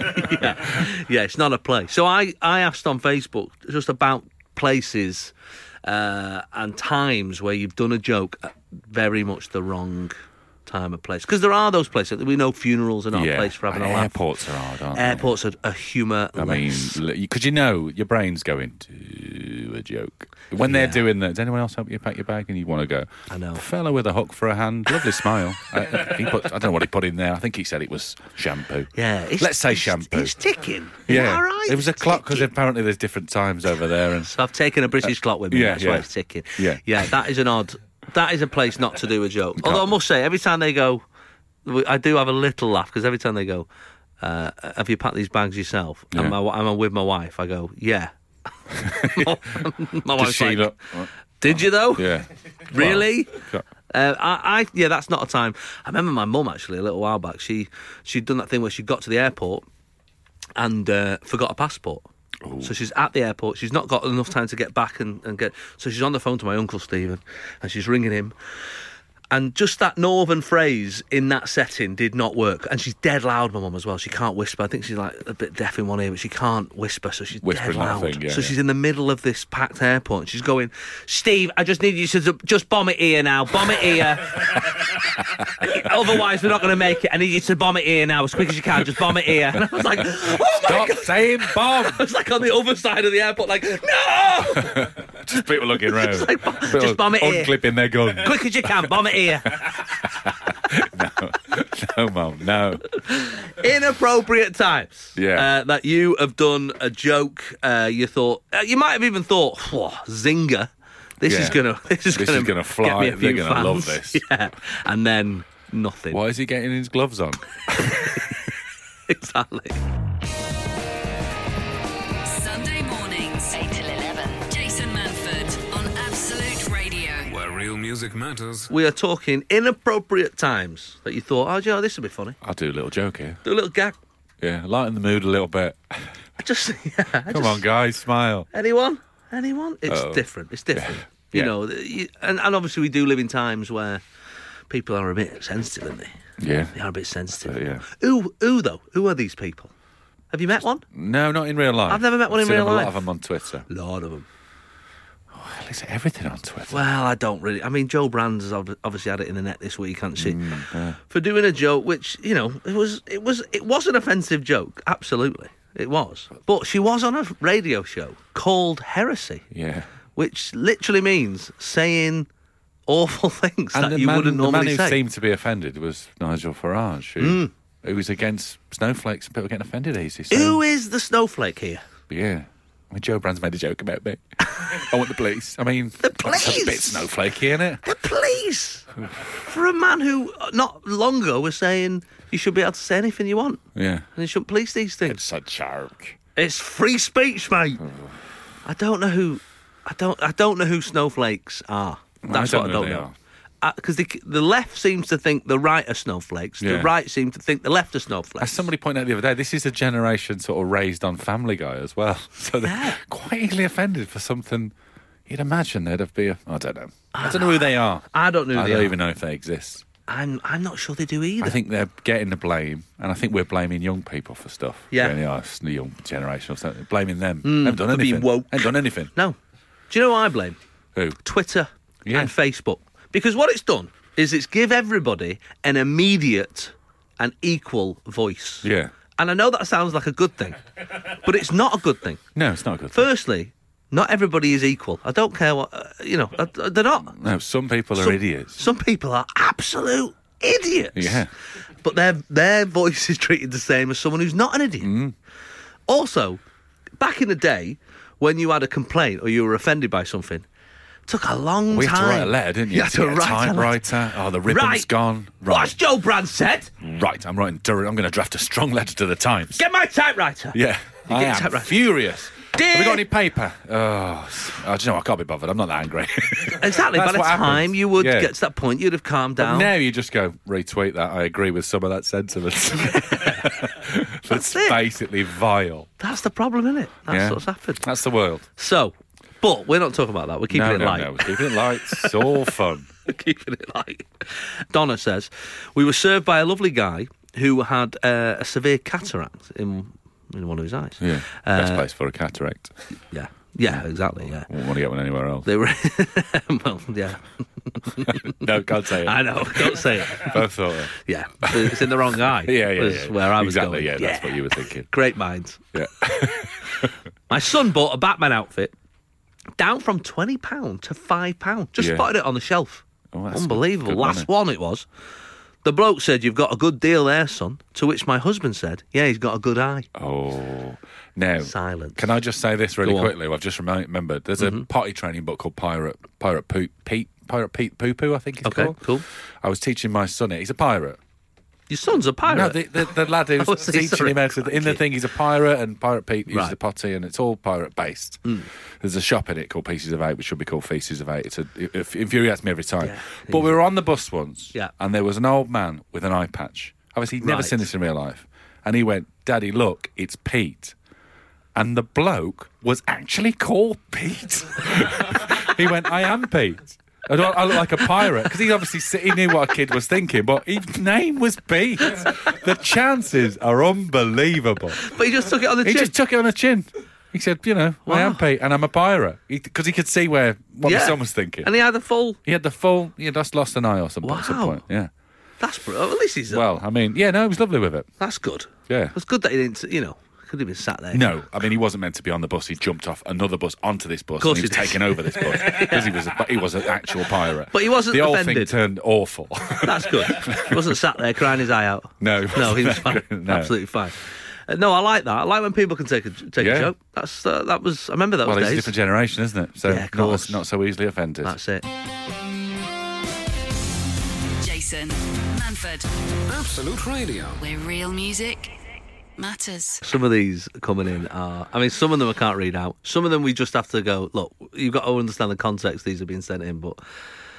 C: yeah, it's not a place. So I, I asked on Facebook just about places uh, and times where you've done a joke at very much the wrong time and place. Because there are those places. We know funerals are not a place for having a laugh.
D: airports are hard, aren't
C: Airports are a humour.
D: they? I mean, because you know your brain's going to a joke when they're doing that. Does anyone else help you pack your bag? And you want to go?
C: I know.
D: Fella with a hook for a hand, lovely smile. I, he put, I don't know what he put in there. I think he said it was shampoo.
C: yeah, it's-
D: let's say
C: it's-
D: shampoo.
C: It's ticking.
D: yeah,
C: all right.
D: it was a
C: It's
D: clock
C: ticking.
D: because apparently there's different times over there, and
C: So I've taken a British clock with me.
D: Uh, yeah,
C: that's why
D: yeah.
C: it's ticking.
D: Yeah.
C: yeah, that is an odd. That is a place not to do a joke. Although I must say, every time they go, we- I do have a little laugh because every time they go, uh, "Have you packed these bags yourself?" and
D: Yeah.
C: my, wi- I'm with my wife, I go, "Yeah." My
D: Does
C: wife's
D: she
C: like,
D: look-
C: did you though?
D: yeah.
C: Really?
D: Well,
C: Uh, I, I yeah, that's not a time. I remember my mum actually a little while back. She she'd done that thing where she got to the airport and uh, forgot her passport. So she's at the airport. She's not got enough time to get back and, and get. So she's on the phone to my uncle Stephen, and she's ringing him. And just that northern phrase in that setting did not work. And she's dead loud, my mum as well. She can't whisper. I think she's like a bit deaf in one ear, but she can't whisper. So she's
D: Whispering
C: dead
D: that
C: loud.
D: thing, yeah,
C: so
D: yeah.
C: she's in the middle of this packed airport. And she's going, Steve, I just need you to z- just bomb it here now. Bomb it here. Otherwise, we're not going to make it. I need you to bomb it here now as quick as you can. Just bomb it here. And I was like, oh my
D: Stop
C: God.
D: saying bomb.
C: I was like on the other side of the airport, like, no!
D: Just people looking round.
C: Just like,
D: People
C: just bomb it here.
D: Unclipping their gun.
C: quick as you can, bomb it here.
D: No, mum, Oh, no.
C: inappropriate times.
D: Yeah.
C: Uh, that you have done a joke. Uh, you thought uh, you might have even thought, "Whoa, zinger! This
D: Yeah.
C: is gonna, this is
D: This
C: gonna,
D: is gonna
C: get
D: fly.
C: Me a
D: They're
C: few
D: gonna love
C: fans."
D: this.
C: Yeah. And then nothing.
D: Why is he getting his gloves on?
C: Exactly.
A: Sunday mornings, 8 till 11. Jason Manford on Absolute Radio.
B: Where real music matters.
C: We are talking inappropriate times that you thought, "Oh, do you know, this would be funny.
D: I'll do a little joke here.
C: Do a little gag."
D: Yeah, lighten the mood a little bit.
C: I just, yeah, I
D: Come
C: just-
D: on, guys, smile.
C: Anyone? Anyone? It's
D: Uh-oh.
C: different. It's different.
D: Oh. Yeah.
C: You know, th- you, and, and obviously we do live in times where people are a bit sensitive, aren't they?
D: Yeah.
C: They are a bit sensitive.
D: Uh, yeah.
C: Who, who though? Who are these people? Have you met one?
D: No, not in real life.
C: I've never met one in
D: Seen
C: real
D: a lot
C: life.
D: of them on Twitter.
C: Lot of them.
D: At least everything on Twitter.
C: Well, I don't really. I mean, Joe Brands has ob- obviously had it in the net this week, hasn't she?
D: Mm,
C: For doing a joke, which you know, it was, it was, it was an offensive joke. Absolutely, it was. But she was on a radio show called Heresy.
D: Yeah.
C: which literally means saying awful things
D: And
C: that
D: the
C: you
D: man,
C: wouldn't
D: the man
C: normally
D: who
C: say. Mm.
D: seemed to be offended was Nigel Farage, who, who was against snowflakes and people getting offended easy. So,
C: Who is the snowflake here?
D: Yeah. I mean, Joe Brand's made a joke about me. I want the police. I mean, the That's a
C: police!
D: bit snowflakey, isn't it?
C: The police! For a man who uh, not long ago was saying you should be able to say anything you want
D: Yeah.
C: and you shouldn't police these things.
D: It's a joke.
C: It's free speech, mate. I don't know who. I don't. I don't know who snowflakes are. That's
D: don't
C: what I
D: know
C: don't
D: who they
C: know. Because the, the left seems to think the right are snowflakes.
D: Yeah.
C: The right seems to think the left are snowflakes.
D: As somebody pointed out the other day, this is a generation sort of raised on Family Guy as well. So they're
C: Yeah.
D: quite easily offended for something you'd imagine they'd have been. I don't know. I don't know who they are.
C: Ah, I don't know who
D: I
C: they
D: don't
C: are.
D: even know if they exist.
C: I'm. I'm not sure they do either.
D: I think they're getting the blame, and I think we're blaming young people for stuff.
C: Yeah.
D: Really, oh, it's the young generation or something. Blaming them. haven't done
C: for being
D: anything.
C: woke.
D: Haven't done anything.
C: no. Do you know who I blame?
D: Who?
C: Twitter
D: Yeah.
C: and Facebook. Because what it's done is it's give everybody an immediate and equal voice.
D: Yeah.
C: And I know that sounds like a good thing, but it's not a good thing.
D: No, it's not a good. thing.
C: Firstly, not everybody is equal. I don't care what, uh, you know, uh, they're not.
D: No, some people are idiots.
C: Some people are absolute idiots.
D: Yeah.
C: But their their voice is treated the same as someone who's not an idiot.
D: Mm.
C: Also, back in the day, when you had a complaint or you were offended by something, took a long
D: We had
C: time.
D: to write a letter, didn't you?
C: You had to
D: get a
C: write a letter.
D: typewriter. Oh, the ribbon's
C: Right.
D: gone.
C: What's
D: Right,
C: Joe Brand said?
D: right. I'm writing. Durham. I'm going to draft a strong letter to the Times.
C: Get my typewriter.
D: Yeah, I
C: get
D: am
C: typewriter.
D: furious. Have we
C: Dear-
D: got any paper? Oh, s- oh, do you know, what? I can't be bothered. I'm not that angry.
C: Exactly. By
D: That's
C: the
D: what
C: time
D: happens.
C: you would
D: Yeah.
C: get to that point, you'd have calmed down.
D: now you just go retweet that. I agree with some of that sentiment. That's,
C: it.
D: basically vile.
C: That's the problem, isn't it? That's
D: Yeah.
C: what's happened.
D: That's the world.
C: So, but we're not talking about that. We're keeping
D: no,
C: it
D: no,
C: light.
D: no. We're keeping it light. It's all fun.
C: keeping it light. Donna says, We were served by a lovely guy who had uh, a severe cataract in, in one of his eyes.
D: Yeah, best
C: Uh,
D: place for a cataract.
C: Yeah. Yeah, exactly. Yeah.
D: Wouldn't want to get one anywhere else.
C: They were, well, yeah,
D: No, can't say it.
C: I know. Don't say it.
D: Both thought it.
C: Yeah, it's in the wrong eye.
D: Yeah, yeah,
C: was
D: yeah.
C: Where I was
D: exactly.
C: going.
D: Yeah, that's what you were thinking.
C: Great minds.
D: Yeah.
C: My son bought a Batman outfit down from twenty pound to five pound. Just
D: Yeah.
C: spotted it on the shelf.
D: Oh, that's
C: Unbelievable.
D: good money.
C: Last one it was. The bloke said, "You've got a good deal there, son." To which my husband said, "Yeah, he's got a good eye."
D: Oh. Now,
C: Silence.
D: Can I just say this really
C: Go on. Mm-hmm.
D: quickly? I've just remem- remembered. There's a potty training book called Pirate Pirate Poop Pete Pirate Pete Poo Poo. I think it's
C: Okay,
D: called.
C: cool.
D: I was teaching my son it. He's a pirate.
C: Your son's a pirate.
D: No, the, the, the lad who's
C: I was
D: teaching
C: sorry,
D: him how to. In the
C: crikey.
D: thing, he's a pirate, and Pirate Pete uses
C: Right. Mm.
D: a potty, and it's all pirate based. There's a shop in it called Pieces of Eight, which should be called Feces of Eight. It's a, it, it infuriates me every time.
C: Yeah.
D: But we were on the bus once,
C: Yeah.
D: and there was an old man with an eye patch. Obviously, he'd never
C: Right.
D: seen this in real life. And he went, Daddy, look, it's Pete. And the bloke was actually called Pete. he went, I am Pete. I, don't, I look like a pirate because he obviously s- he knew what a kid was thinking, but his name was Pete. The chances are unbelievable.
C: but he just took it on the
D: He
C: chin.
D: just took it on the chin. He said, "You know, I am
C: Wow.
D: Pete, and I'm a pirate," because he, could see where what
C: Yeah.
D: his son was thinking.
C: and he had a full.
D: he had the full. He had just lost an eye or something. At some
C: Wow.
D: point. Yeah.
C: That's brilliant. At least he's.
D: Well, I mean, yeah, no, he was lovely with it.
C: that's good.
D: Yeah.
C: It's good that he didn't. You know, could have been sat there.
D: No, I mean he wasn't meant to be on the bus. He jumped off another bus onto this bus,
C: course
D: and he was
C: he did.
D: taking over this bus because he was a, he was an actual pirate.
C: But he wasn't
D: The whole
C: offended.
D: thing turned awful.
C: That's good. he wasn't sat there crying his eye out.
D: No, he
C: no, he was fine.
D: wasn't. No.
C: Absolutely fine. Uh, no, I like that. I like when people can take a take
D: Yeah.
C: a joke. That's uh, that was. I remember that
D: well,
C: was
D: it's a
C: days.
D: different generation, isn't it? So
C: Yeah, of
D: not,
C: course.
D: as- not so easily offended.
C: That's it.
A: Jason Manford,
B: Absolute Radio.
A: where real music matters.
C: Some of these coming in are. I mean, some of them I can't read out. Some of them we just have to go. Look, you've got to understand the context these are being sent in. But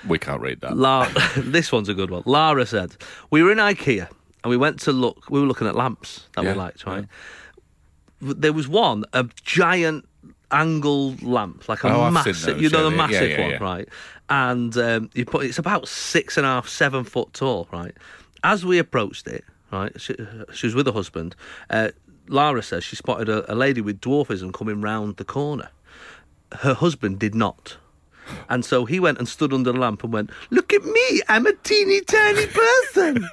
D: we can't read that.
C: La- this one's a good one. Lara said, "We were in IKEA and we went to look. We were looking at lamps that
D: Yeah,
C: we liked, right? But There was one, a giant angled lamp, like a
D: Oh, I've seen
C: massive,
D: those,
C: you know,
D: yeah,
C: the
D: yeah,
C: massive
D: yeah,
C: one,
D: yeah.
C: right? And um, you put it's about six and a half, seven foot tall, right? As we approached it, right, she, she was with her husband. Uh, Lara says she spotted a, a lady with dwarfism coming round the corner. Her husband did not. And so he went and stood under the lamp and went, Look at me, I'm a teeny tiny person.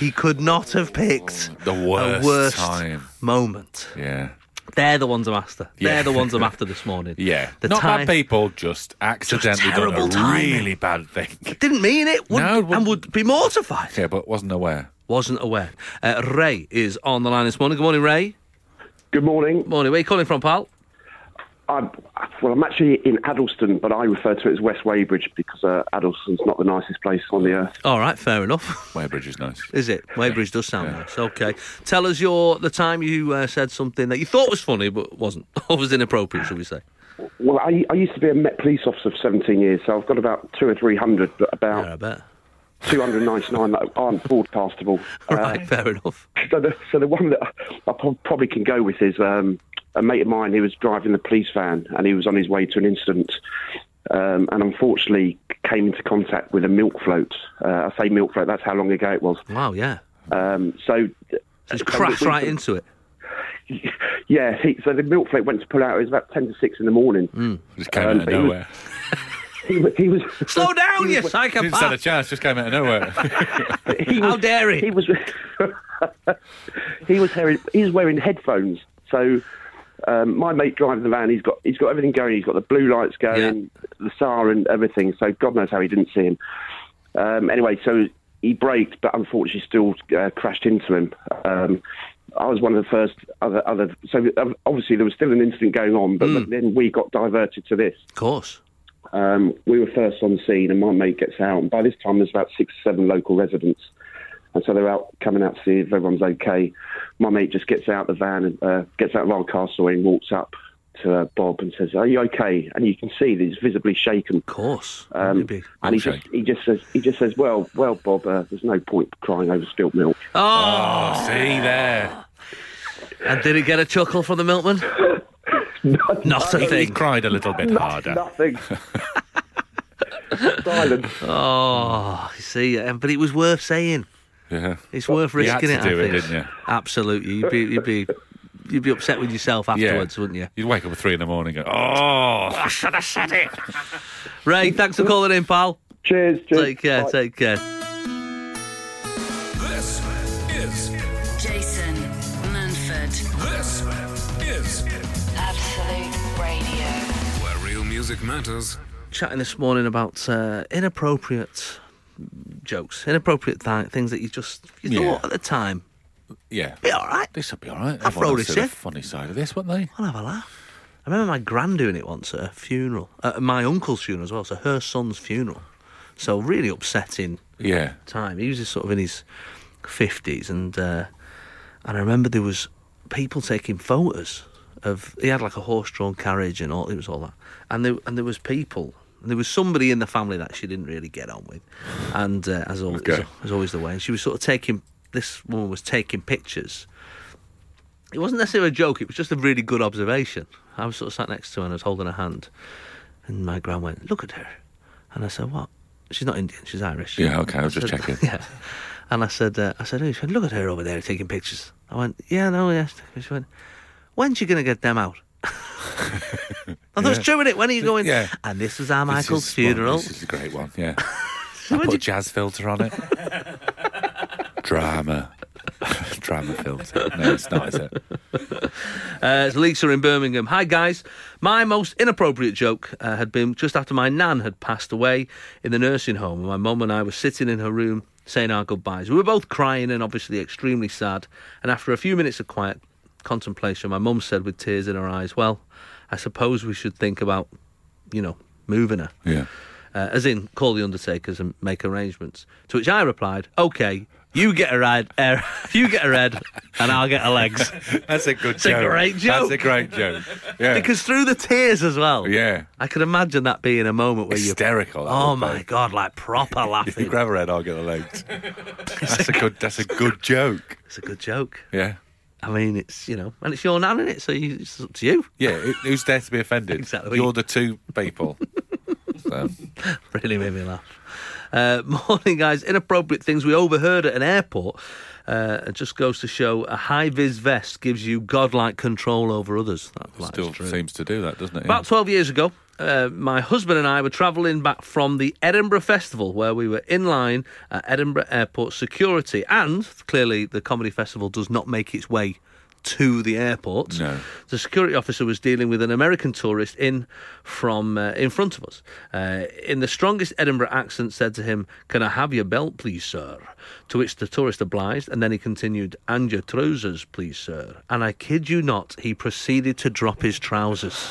C: he could not have picked
D: Oh, The worst
C: a worst
D: time.
C: moment.
D: Yeah.
C: They're the ones I'm after.
D: Yeah.
C: They're the ones I'm after this morning.
D: Yeah.
C: The
D: not
C: time
D: bad people, just accidentally done
C: terrible
D: a
C: time.
D: really bad thing.
C: didn't mean it would,
D: No, it
C: and
D: wouldn't.
C: would be mortified.
D: Yeah, but wasn't aware.
C: Wasn't aware. Uh, Ray is on the line this morning. Good morning, Ray.
F: Good morning.
C: Morning. Where you calling from, pal?
F: I'm, well, I'm actually in Addleston, but I refer to it as West Weybridge because uh, Addleston's not the nicest place on the earth.
C: All right, fair enough.
D: Weybridge is nice.
C: Is it? Weybridge does sound nice. Okay. Tell us your the time you uh, said something that you thought was funny but wasn't, or was inappropriate, should we say?
F: Well, I, I used to be a Met police officer for 17 years, so I've got about two or three hundred, but about
C: Yeah, I bet.
F: 299 that aren't broadcastable.
C: Right, fair enough.
F: Uh, so, the, so the one that I prob- probably can go with is um, a mate of mine. He was driving the police van and he was on his way to an incident. Um, and unfortunately, came into contact with a milk float. Uh, I say milk float. That's how long ago it was.
C: Wow, yeah.
F: Um, so,
C: Just
F: so we-
C: crash
F: we-
C: right into it.
F: Yeah, he, so the milk float went to pull out. It was about ten to six in the morning.
C: Hmm.
D: Just came
F: Um,
D: out of
F: but he was-
D: nowhere.
F: He, wa- he was
C: Slow down, you
D: Didn't stand a
C: psychopath.
D: chance. Just came out of nowhere.
F: he
C: How
F: was,
C: dare
F: he
C: he?
F: was he was wearing, he was wearing headphones. So um, my mate driving the van, he's got he's got everything going. He's got the blue lights going, the SAR and everything. So God knows how he didn't see him. Um, anyway, so he braked, but unfortunately still uh, crashed into him. Um, I was one of the first other other. So um, obviously there was still an incident going on, but
C: Hmm.
F: then we got diverted to this.
C: Of course.
F: Um, we were first on scene, and my mate gets out. And by this time, there's about six or seven local residents, and so they're out coming out to see if everyone's okay. My mate just gets out the van and uh, gets out of our car story and walks up to uh, Bob and says, "Are you okay?" And you can see that he's visibly shaken. Um,
C: Of course. Maybe.
F: And he
D: Okay.
F: just he just says he just says, "Well, well, Bob, uh, there's no point crying over spilt milk."
C: Oh,
D: oh, see there.
C: and did it get a chuckle from the milkman? Not a
D: He
C: thing.
D: cried a little bit harder.
F: Nothing. Silence.
C: Oh, you see, um, but it was worth saying.
D: Yeah.
C: It's worth
D: You had
C: risking
D: to
C: it.
D: do
C: I
D: it,
C: think.
D: didn't you?
C: Absolutely. You'd be, you'd be, you'd be upset with yourself afterwards, wouldn't you? Ah,
D: You'd wake up at three in the morning and go, oh, I should have said it.
C: Ray, thanks for calling in, pal.
F: Cheers. cheers.
C: Take care.
F: Bye.
C: Take care.
B: This is
A: Jason Manford,
B: this is
A: Absolute Radio.
B: where real music matters.
C: chatting this morning about uh, inappropriate jokes, inappropriate thi- things that you just you
D: Yeah.
C: thought at the time.
D: Yeah.
C: Be all right.
D: This would be all right.
C: I'll throw
D: Everyone will
C: this
D: see the
C: in.
D: funny side of this, wouldn't they?
C: I'll have a laugh. I remember my gran doing it once at a funeral, at my uncle's funeral as well. So her son's funeral. So really upsetting
D: Yeah.
C: time. He was just sort of in his fifties, and uh, and I remember there was people taking photos of. He had like a horse-drawn carriage and all. It was all that, and there and there was people. And there was somebody in the family that she didn't really get on with, and uh, as always,
D: Okay.
C: as always the way, she was sort of taking. This woman was taking pictures. It wasn't necessarily a joke. It was just a really good observation. I was sort of sat next to her and I was holding her hand, and my gran went, "Look at her," and I said, "What?" She's not Indian. She's Irish.
D: Yeah, okay, I was just
C: said-
D: checking.
C: Yeah. And I said, uh, I said, "Hey," she went, look at her over there taking pictures. I went, yeah, no, yes. She went, when's she going to get them out? I thought it's true, innit? When are you going?
D: Yeah.
C: And this was our
D: This
C: Michael's
D: is- well,
C: funeral.
D: this is a great one. Yeah,
C: So
D: I
C: when
D: put a
C: you-
D: jazz filter on it. Drama. Drama filter. No, it's not, is it?
C: Uh, it's Lisa in Birmingham. Hi, guys. My most inappropriate joke uh, had been just after my nan had passed away in the nursing home, and my mum and I were sitting in her room saying our goodbyes. We were both crying and obviously extremely sad. And after a few minutes of quiet contemplation, my mum said with tears in her eyes, Well, I suppose we should think about, you know, moving her.
D: Yeah.
C: Uh, as in, call the undertakers and make arrangements. To which I replied, Okay. You get a head, er, you get a head, and I'll get her legs.
D: That's a good
C: It's a great joke.
D: That's a great joke. Yeah.
C: Because through the tears as well.
D: Yeah.
C: I could imagine that being a moment where you.
D: Hysterical, that
C: Oh
D: would
C: my
D: be.
C: god! Like proper
D: if you
C: laughing.
D: grab her head, I'll get the legs. That's a good. That's a good joke.
C: It's a good joke.
D: Yeah,
C: I mean, it's you know, and it's your nan in it, so you, it's up to you.
D: yeah. who- Who's there to be offended?
C: Exactly.
D: You're the two people. so,
C: Really made me laugh. Uh, morning, guys. Inappropriate things we overheard at an airport. Uh, it just goes to show a high vis vest gives you godlike control over others. That, that is
D: still
C: true.
D: seems to do that, doesn't it?
C: About 12 years ago, uh, my husband and I were travelling back from the Edinburgh Festival, where we were in line at Edinburgh Airport security. And clearly, the comedy festival does not make its way to the airport.
D: No.
C: The security officer was dealing with an American tourist in from uh, in front of us. Uh, in the strongest Edinburgh accent, said to him, "Can I have your belt, please, sir?" To which the tourist obliged, and then he continued, "And your trousers, please, sir." And I kid you not, he proceeded to drop his trousers.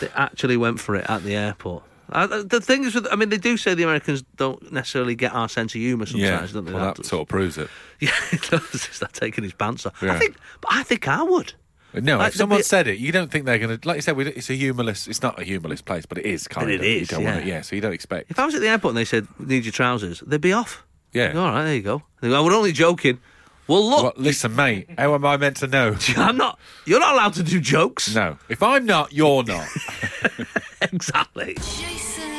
C: they actually went for it at the airport. Uh, the thing is, with, I mean, they do say the Americans don't necessarily get our sense of humour
D: yeah.
C: sometimes, don't they?
D: Well, that sort of proves it.
C: Yeah, it does. It's that taking his pants off. I
D: Yeah.
C: think, but I think I would.
D: No,
C: Like
D: if
C: the
D: someone
C: bit-
D: said it, you don't think they're going to. Like you said, we don't- it's a humorless. It's not a humorless place, but it is kind
C: it
D: of. you
C: is,
D: don't
C: yeah.
D: Want it, yeah, so you don't expect.
C: If I was at the airport and they said need your trousers, they'd be off.
D: Yeah.
C: All right, there you go. They go, we're only joking. Well, look,
D: Well, listen, mate. How am I meant to know?
C: I'm not. You're not allowed to do jokes.
D: No, if I'm not, you're not.
C: Exactly.
A: Jason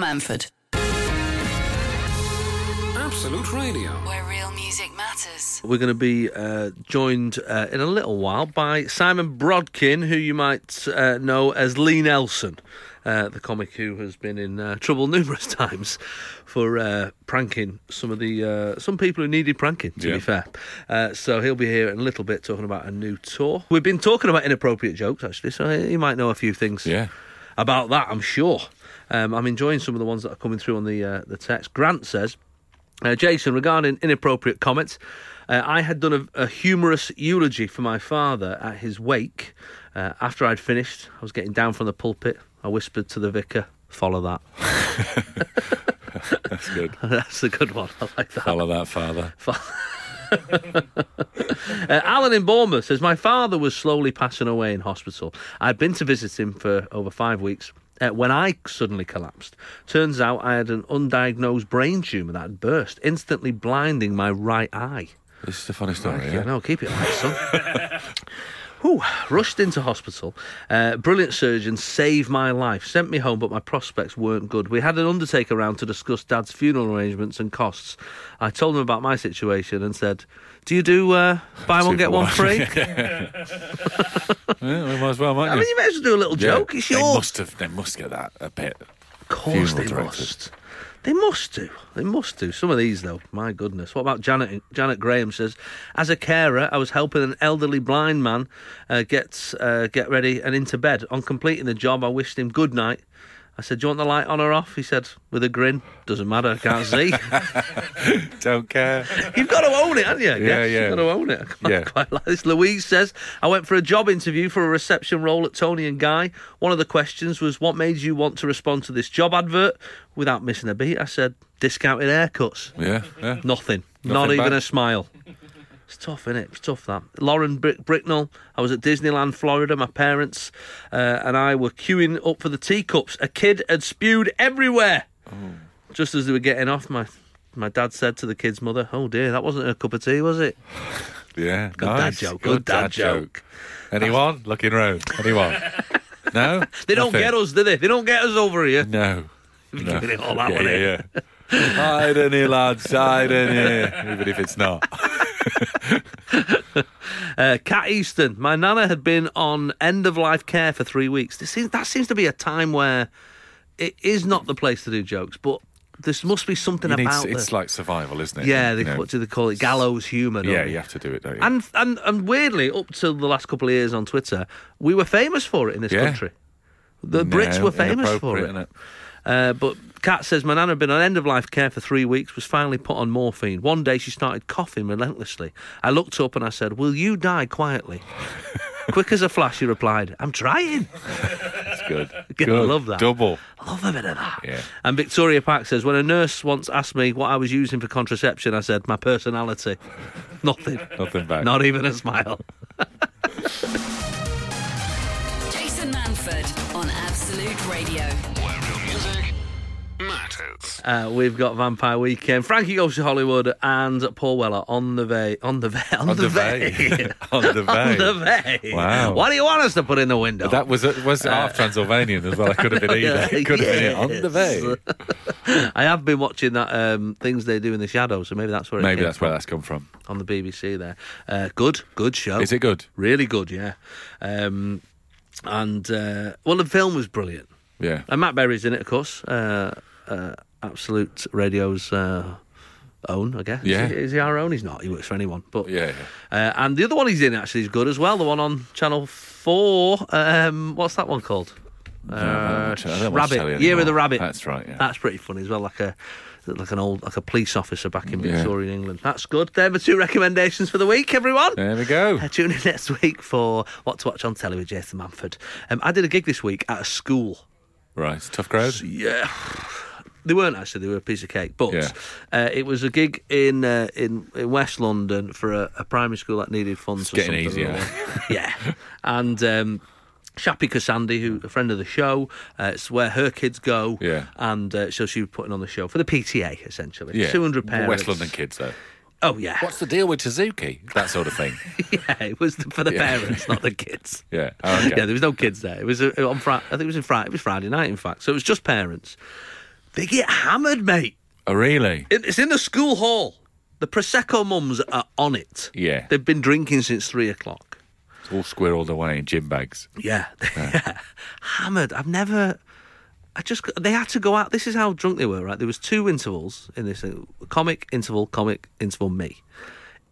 A: Manford,
B: Absolute Radio.
A: where real music matters.
C: We're going to be uh, joined uh, in a little while by Simon Brodkin, who you might uh, know as Lee Nelson, uh, the comic who has been in uh, trouble numerous times for uh, pranking some of the uh, some people who needed pranking. To
D: Yeah.
C: be fair, uh, so he'll be here in a little bit talking about a new tour. We've been talking about inappropriate jokes actually, so he might know a few things
D: Yeah.
C: about that, I'm sure. Um, I'm enjoying some of the ones that are coming through on the uh, the text. Grant says, uh, Jason, regarding inappropriate comments, uh, I had done a, a humorous eulogy for my father at his wake. Uh, after I'd finished, I was getting down from the pulpit. I whispered to the vicar, "Follow that."
D: That's good.
C: That's a good one. I like that.
D: Follow that, father.
C: Uh, Alan in Bournemouth says, My father was slowly passing away in hospital. I'd been to visit him for over five weeks uh, when I suddenly collapsed. Turns out I had an undiagnosed brain tumour that had burst, instantly blinding my right eye.
D: This is a funny story.
C: Yeah,
D: Yeah.
C: no, keep it alive, son. Whew, rushed into hospital. Uh, brilliant surgeon saved my life. Sent me home, but my prospects weren't good. We had an undertaker round to discuss Dad's funeral arrangements and costs. I told him about my situation and said, "Do you do uh, buy one
D: Two
C: get
D: for
C: one
D: one."
C: free?"
D: Yeah, we might as well, might
C: I mean, you may as well do a little joke. It's
D: They
C: yours.
D: must have. They must get that a bit.
C: of course,
D: funeral
C: they
D: directors.
C: must. They must do. They must do. Some of these, though, my goodness. What about Janet? Janet Graham says, as a carer, I was helping an elderly blind man uh, get uh, get ready and into bed. On completing the job, I wished him good night I said, Do you want the light on or off? He said, with a grin, Doesn't matter, I can't see.
D: Don't care.
C: You've got to own it, haven't you? I
D: Yeah,
C: guess.
D: yeah.
C: You've got to own it. I can't
D: Yeah.
C: quite like this. Louise says, I went for a job interview for a reception role at Tony and Guy. One of the questions was, What made you want to respond to this job advert? Without missing a beat, I said, Discounted haircuts.
D: Yeah, yeah.
C: Nothing. Not
D: Nothing
C: even
D: back.
C: a smile. It's tough, innit? It's tough that. Lauren Brick- Bricknell, I was at Disneyland, Florida. My parents uh, and I were queuing up for the teacups. A kid had spewed everywhere.
D: Oh.
C: Just as they were getting off, my my dad said to the kid's mother, "Oh dear, that wasn't her cup of tea, was it?"
D: Yeah,
C: Good dad
D: nice.
C: joke, good dad joke.
D: Anyone looking round? Anyone? no,
C: They don't
D: Nothing? Mm.
C: get us, do they? They don't get us over here.
D: No. no.
C: giving it all that
D: yeah,
C: one, eh?
D: yeah, yeah. Hide in here, lads. Hide in here. Even if it's not.
C: Uh, Cat Easton, my nana had been on end of life care for three weeks. This seems, that seems to be a time where it is not the place to do jokes, but there must be something
D: You need,
C: about
D: it's
C: the-
D: like survival, isn't it?
C: yeah, they,
D: You know?
C: what do they call it? Gallows humour. don't
D: Yeah,
C: they?
D: you have to do it, don't you?
C: And, and and weirdly, up till the last couple of years on Twitter, we were famous for it in this
D: Yeah.
C: country. The
D: No,
C: Brits were famous
D: inappropriate,
C: for it.
D: innit?
C: Uh, but Kat says, My nana had been on end of life care for three weeks, was finally put on morphine. One day she started coughing relentlessly. I looked up and I said, Will you die quietly? Quick as a flash, she replied, I'm trying.
D: It's good.
C: Yeah, I
D: good.
C: love that.
D: Double.
C: I love a bit of that.
D: Yeah.
C: And Victoria Pack says, When a nurse once asked me what I was using for contraception, I said, My personality. Nothing.
D: Nothing back.
C: Not even a smile.
A: Jason Manford on Absolute Radio.
B: Where real music matters.
C: Uh, we've got Vampire Weekend, Frankie Goes to Hollywood, and Paul Weller on the veil. On the veil. On,
D: on
C: the
D: the
C: veil.
D: bay. on the
C: on
D: bay.
C: the veil.
D: Wow.
C: Why do you want us to put in the window?
D: That was it was half Transylvanian as well. I could have been either. It could have been it. on the bay.
C: I have been watching that um, things they do in the shadows, so maybe that's where it
D: Maybe
C: came
D: that's where that's come from.
C: from, on the BBC. There, uh, good, good show.
D: Is it good?
C: Really good, yeah. Um, and uh, well, the film was brilliant.
D: Yeah.
C: And Matt Berry's in it, of course. Uh, uh, Absolute Radio's uh, own, I guess.
D: Yeah.
C: Is, he, is he our own? He's not. He works for anyone. But
D: Yeah.
C: Uh, and the other one he's in actually is good as well. The one on Channel Four. Um, what's that one called? Uh,
D: don't- I don't watch telly
C: rabbit. Year
D: anymore.
C: of the Rabbit.
D: That's right, yeah.
C: That's pretty funny as well. Like a like an old like a police officer back in
D: Yeah.
C: Victorian England. That's good. There are my two recommendations for the week, everyone.
D: There we go.
C: Uh, Tune in next week for what to watch on telly with Jason Manford. Um, I did a gig this week at a school.
D: Right. Tough crowd.
C: Yeah. They weren't actually. They were a piece of cake, but
D: Yeah.
C: uh, it was a gig in uh, in, in West London for a, a primary school that needed funds. It's
D: getting easier.
C: yeah, and um, Shappy Cassandi, who a friend of the show, uh, it's where her kids go.
D: Yeah.
C: and uh, so she was putting on the show for the PTA essentially.
D: Yeah.
C: two hundred parents.
D: West London kids though.
C: Oh yeah,
D: What's the deal with Suzuki? That sort of thing.
C: yeah. It was for the
D: Yeah.
C: parents, not the kids.
D: Yeah. Oh, okay.
C: Yeah, there was no kids there. It was uh, on Friday. I think it was in Friday. It was Friday night, in fact. So it was just parents. They get hammered, mate.
D: oh, really?
C: It- It's in the school hall. The prosecco mums are on it.
D: Yeah.
C: they've been drinking since three o'clock.
D: It's all squirreled away in gym bags.
C: Yeah, yeah. hammered. I've never. I just they had to go out. This is how drunk they were. Right, there was two intervals in this thing. comic interval, comic interval. Me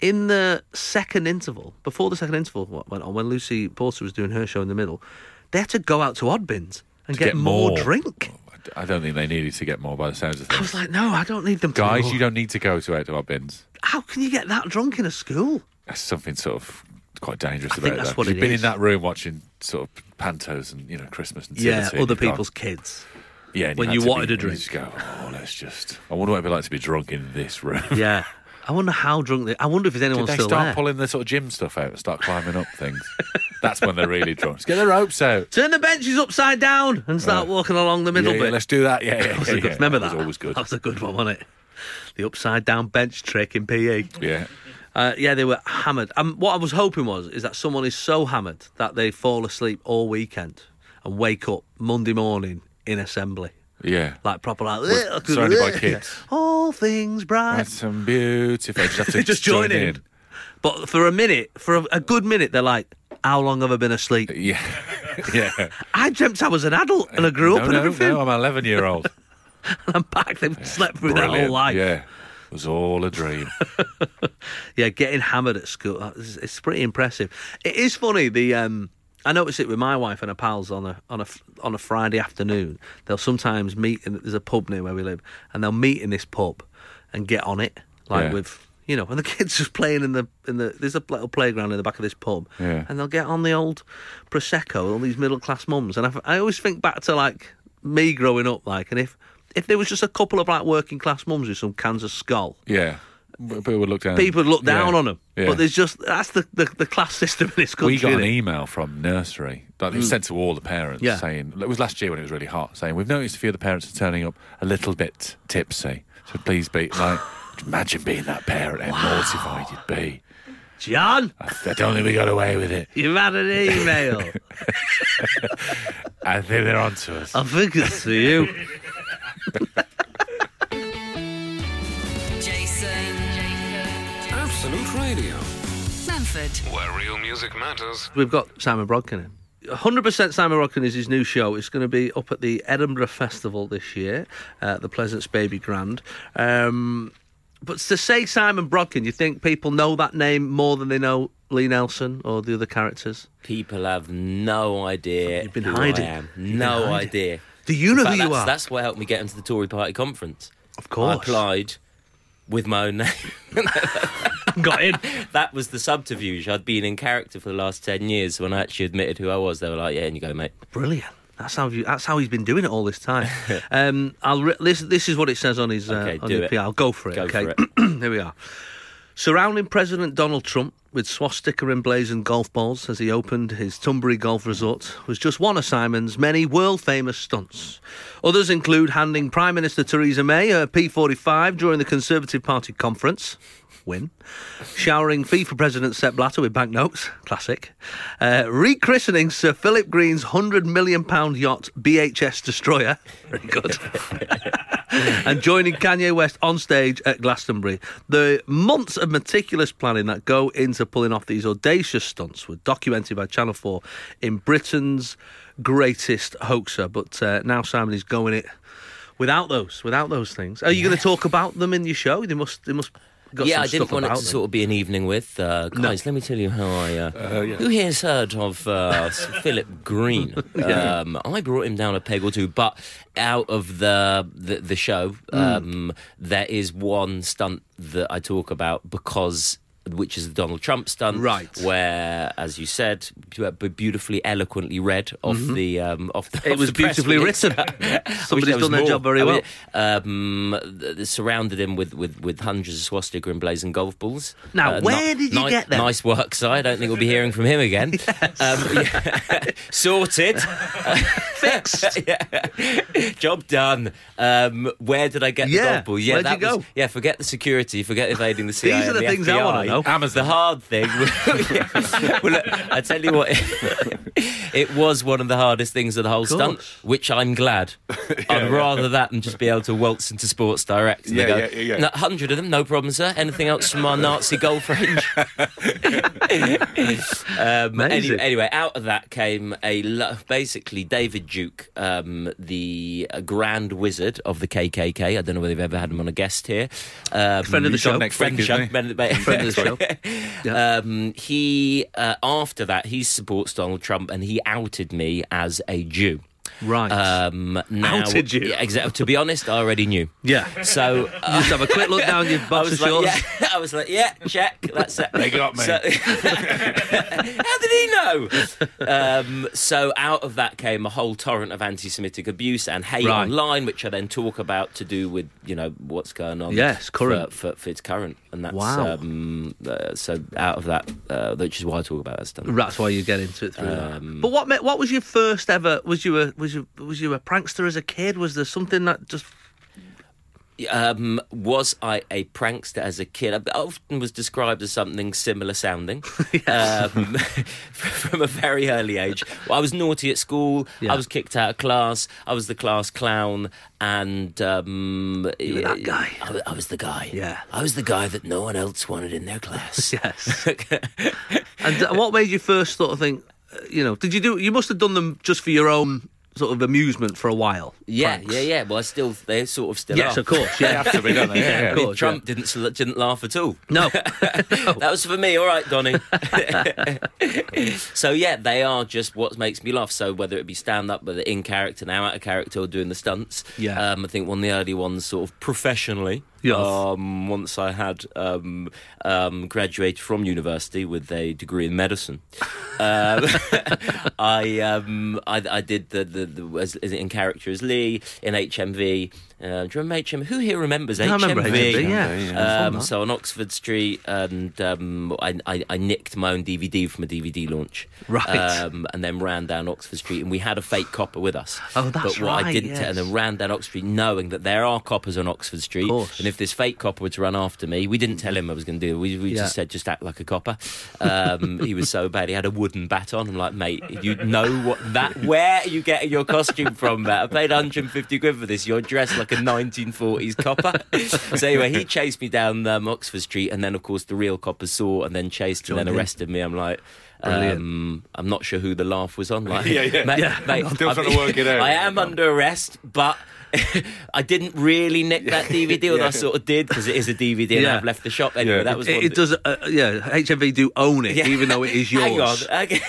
C: in the second interval, before the second interval w- went on, when Lucy Porter was doing her show in the middle, they had to go out to Oddbins and
D: To get
C: more,
D: more.
C: drink.
D: I don't think they needed to get more by the sounds of
C: I
D: things.
C: was like, no, I don't need them. to
D: Guys,
C: go.
D: you don't need to go to out to our bins.
C: How can you get that drunk in a school?
D: That's something sort of quite dangerous
C: I
D: about
C: think that's
D: that.
C: what
D: You've
C: it
D: been
C: is.
D: in that room watching sort of pantos and you know Christmas and
C: Yeah,
D: Nativity and
C: other
D: you've gone-
C: people's kids.
D: Yeah, and
C: when
D: had
C: you
D: to be-
C: wanted a
D: you
C: drink.
D: just go, oh, let's just. I wonder what it'd be like to be drunk in this room.
C: Yeah, I wonder how drunk they. I wonder if there's anyone
D: Did they
C: still
D: start
C: there.
D: pulling the sort of gym stuff out and start climbing up things? That's when they're really drunk. Just get the ropes out.
C: Turn the benches upside down and start walking along the middle
D: Yeah, yeah,
C: bit.
D: let's do that. Yeah, yeah,
C: That was
D: yeah,
C: a good,
D: yeah.
C: remember
D: That
C: that?
D: was always good.
C: That was a good one, wasn't it? The upside down bench trick in PE.
D: Yeah.
C: Uh, yeah, they were hammered. Um, what I was hoping was is that someone is so hammered that they fall asleep all weekend and wake up Monday morning in assembly,
D: Yeah.
C: like proper like
D: surrounded by kids.
C: All things bright.
D: That's some beautiful. Just, have to
C: They just join in.
D: in.
C: But for a minute, for a, a good minute, they're like, "How long have I been asleep?
D: Yeah. yeah.
C: I dreamt I was an adult and I grew
D: no,
C: up and
D: no,
C: everything."
D: no, I'm an 11 year old.
C: I'm back. They've slept through their
D: Brilliant.
C: whole life.
D: Yeah. It was all a dream.
C: Yeah, getting hammered at school. that is- It's pretty impressive. It is funny. The um, I notice it with my wife and her pals on a on a on a Friday afternoon. They'll sometimes meet in there's a pub near where we live, and they'll meet in this pub and get on it like
D: Yeah.
C: with you know, and the kids just playing in the in the there's a little playground in the back of this pub,
D: Yeah.
C: and they'll get on the old prosecco, all these middle class mums, and I, I always think back to like me growing up, like, and if if there was just a couple of like working class mums with some cans of skull,
D: Yeah. People would look down.
C: people would look down
D: Yeah.
C: on them.
D: Yeah.
C: But there's just that's the, the, the class system in this country.
D: we got an
C: innit?
G: e-
D: email from nursery that was sent to all the parents
C: Hmm. Yeah.
D: saying it was last year when it was really hot saying we've noticed a few of the parents are turning up a little bit tipsy so please be like imagine being that parent and mortified you'd be
C: John,
D: I, I don't think we got away with it
C: you've had an email.
D: I think they're onto us
C: I think it's for you.
A: Jason. Jason.
B: Absolute Radio,
A: Manford.
B: where real music matters.
C: We've got Simon Brodkin in. 100% Simon Rodkin is his new show. It's going to be up at the Edinburgh Festival this year, uh, the Pleasance Baby Grand. Um, but to say Simon Brodkin, you think people know that name more than they know Lee Nelson or the other characters?
G: People have Eh, no idea.
C: You've been
G: who
C: hiding.
G: I am.
C: You've been
G: no
C: hiding.
G: idea.
C: Do you know
G: In fact,
C: who you
G: that's,
C: are?
G: That's what helped me get into the Tory Party conference.
C: of course.
G: I applied with my own name.
C: Got in.
G: that was the subterfuge. I'd been in character for the last ten years. So when I actually admitted who I was, they were like, "Yeah, and you go, mate."
C: Brilliant. That's how you, that's how he's been doing it all this time. um, I'll re- this this is what it says on his uh,
G: Okay,
C: on
G: do
C: his
G: it.
C: PR. I'll go for it.
G: Go
C: okay,
G: for
C: here we are. Surrounding President Donald Trump with swastika emblazoned golf balls as he opened his Tunbury Golf Resort was just one of Simon's many world famous stunts. Others include handing Prime Minister Theresa May her P45 during the Conservative Party conference. Win. Showering FIFA President Sepp Blatter with banknotes. Classic. Uh, rechristening Sir Philip Green's £100 million yacht BHS Destroyer. Very good. and joining Kanye West on stage at Glastonbury. The months of meticulous planning that go into pulling off these audacious stunts were documented by Channel 4 in Britain's greatest hoaxer. But uh, now Simon is going it without those, without those things. Are you going to talk about them in your show? They must, they must. Got
G: yeah,
C: some
G: I didn't
C: stuff
G: want it to
C: about them.
G: sort of be an evening with uh, guys. Let me tell you how I. Uh, Who here's heard of uh, Sir Philip Green? Um, I brought him down a peg or two, but out of the the, the show,
C: Mm.
G: um, there is one stunt that I talk about because. Which is the Donald Trump stunt,
C: Right.
G: Where, as you said, bu- bu- beautifully, eloquently read off the um, off the.
C: Mm-hmm. It
G: off
C: was
G: the press
C: beautifully
G: release.
C: written.
G: I wish
C: Somebody's
G: there was
C: done their
G: more.
C: job very
G: I
C: well.
G: mean, um, th- th- surrounded him with, with, with hundreds of swastika emblazoned golf balls.
C: Now, where
G: ni-
C: did you
G: ni-
C: get them?
G: Nice work, Si. I don't think we'll be hearing from him again. Um, yeah. Sorted.
C: fixed.
G: Job done. Um, where did I get
C: Yeah,
G: the golf ball? Yeah,
C: where'd
G: that
C: you go?
G: was- yeah, forget the security. Forget evading the CIA.
C: are
G: and
C: the things I
G: FBI.
C: wanna know.
G: The hard thing. well, look, I tell you what, it was one of the hardest things of the whole stunt,
C: course.
G: which I'm glad. I'd rather that than just be able to waltz into Sports Direct. And
D: Yeah,
G: they go,
D: yeah, yeah, yeah.
G: "No, 100 of them, no problem, sir. Anything else from our Nazi girlfriend? um, any-
C: Amazing.
G: anyway, out of that came a lo- basically David Duke, um, the uh, Grand Wizard of the KKK. I don't know whether you've ever had him on a guest here. Um,
C: Friend of the
D: He's on
C: show.
D: next
G: friend
D: week,
G: show,
D: isn't he?
G: friend of the-
C: Friend of the show. Yeah.
G: um, he uh, after that he supports Donald Trump and he outed me as a Jew.
C: Right.
G: Um, now,
C: Outed you?
G: Yeah, exactly. To be honest, I already knew.
C: yeah.
G: So uh,
C: Just have a quick look down your
G: I
C: box of
G: was
C: shorts.
G: like, yeah, I was like, yeah, check. That's it. They
D: got me.
G: how did he know? Um, so out of that came a whole torrent of anti-Semitic abuse and hate
C: Right.
G: online, which I then talk about to do with you know what's going on.
C: Yes, current.
G: for, for, for its current, and that's
C: Wow.
G: um, uh, so out of that, uh, which is why I talk about that stuff.
C: That's why you get into it through
G: Um,
C: that. But what ma- what was your first ever? Was you a was you was you a prankster as a kid? Was there something that just
G: Um, was I a prankster as a kid? I often was described as something similar sounding um, from a very early age. Well, I was naughty at school.
C: Yeah.
G: I was kicked out of class. I was the class clown, and um, you
C: were that guy.
G: I, wa- I was the guy.
C: Yeah.
G: I was the guy that no one else wanted in their class.
C: yes? and uh, what made you first sort of think? uh, You know, did you do? You must have done them just for your own sort of amusement for a while.
G: Yeah,
C: pranks.
G: yeah, yeah. Well, I still they sort of still.
C: Yes,
G: are.
C: of course. Yeah,
D: have to be, don't they? Yeah, yeah.
C: of
G: I mean,
C: course.
G: Trump didn't sl- didn't laugh at all.
C: yeah. No.
G: That was for me, all right, Donny. so yeah, they are just what makes me laugh. So whether it be stand up, whether in character, now out of character, or doing the stunts.
C: Yeah.
G: Um, I think one of the early ones, sort of professionally.
C: Yes.
G: Um, once I had um, um, graduated from university with a degree in medicine, um, I, um, I I did the the, the was, is it in character as Lee in HMV. Uh, do you remember HMV? Who here remembers
C: I remember HMV, yeah. Uh-huh.
G: um, so on Oxford Street, and um, I, I, I nicked my own DVD from a DVD launch,
C: Right.
G: Um, and then ran down Oxford Street, and we had a fake copper with us.
C: Oh, that's
G: But what I
C: right,
G: didn't,
C: yes.
G: and then ran down Oxford Street, knowing that there are coppers on Oxford Street,
C: course.
G: and if this fake copper were to run after me, we didn't tell him I was going to do. it. We, we
C: Yeah.
G: just said, just act like a copper. Um, he was so bad. He had a wooden baton. I'm like, mate, you know what that? Where are you getting your costume from? That I paid 150 quid for this. You're dressed like a 1940s copper. so anyway, he chased me down um, Oxford Street, and then of course the real copper saw and then chased and then
C: Johnny.
G: arrested me. I'm like.
C: Brilliant.
G: Um, I'm not sure who the laugh was on. Like,
D: Yeah, yeah.
G: mate,
C: Yeah.
G: mate,
D: Still
G: I'm-
D: trying to work it out.
G: I am under arrest, but I didn't really nick that DVD, although I sort of did because it is a DVD and
C: Yeah.
G: I've left the shop anyway.
D: Yeah.
G: That was
C: it,
G: one
C: it
G: that-
C: does. Uh, yeah, HMV do own it,
G: Yeah.
C: even though it is yours.
G: Hang on, okay.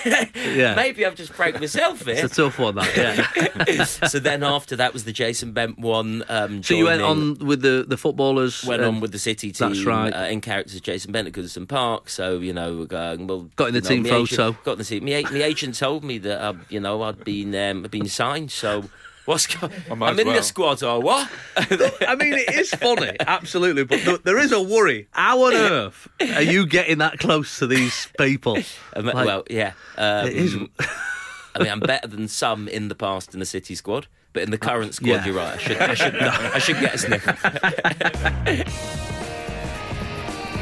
C: Yeah.
G: maybe I've just pranked myself here.
C: It's a tough one, that. Yeah.
G: so then after that was the Jason Bent one. Um,
C: so you went
G: joining-
C: on with the the footballers.
G: went
C: um,
G: on with the City team.
C: That's right.
G: Uh, in characters, Jason Bennett, Goodison Park. So you know, we're going, well,
C: Got in the
G: you know,
C: team
G: me
C: photo.
G: Agent, got in the team. My, my agent told me that uh, you know I'd been um, I'd been signed. So what's going?
D: might
G: I'm
D: as
G: in
D: well.
G: the squad or what?
C: I mean, it is funny, absolutely, but th- there is a worry. How on earth are you getting that close to these people?
G: Um,
C: Like,
G: well, yeah. Um,
C: it is.
G: I mean, I'm better than some in the past in the City squad. But in the current squad,
C: yeah.
G: you're right. I should, I should, I should get a sniff.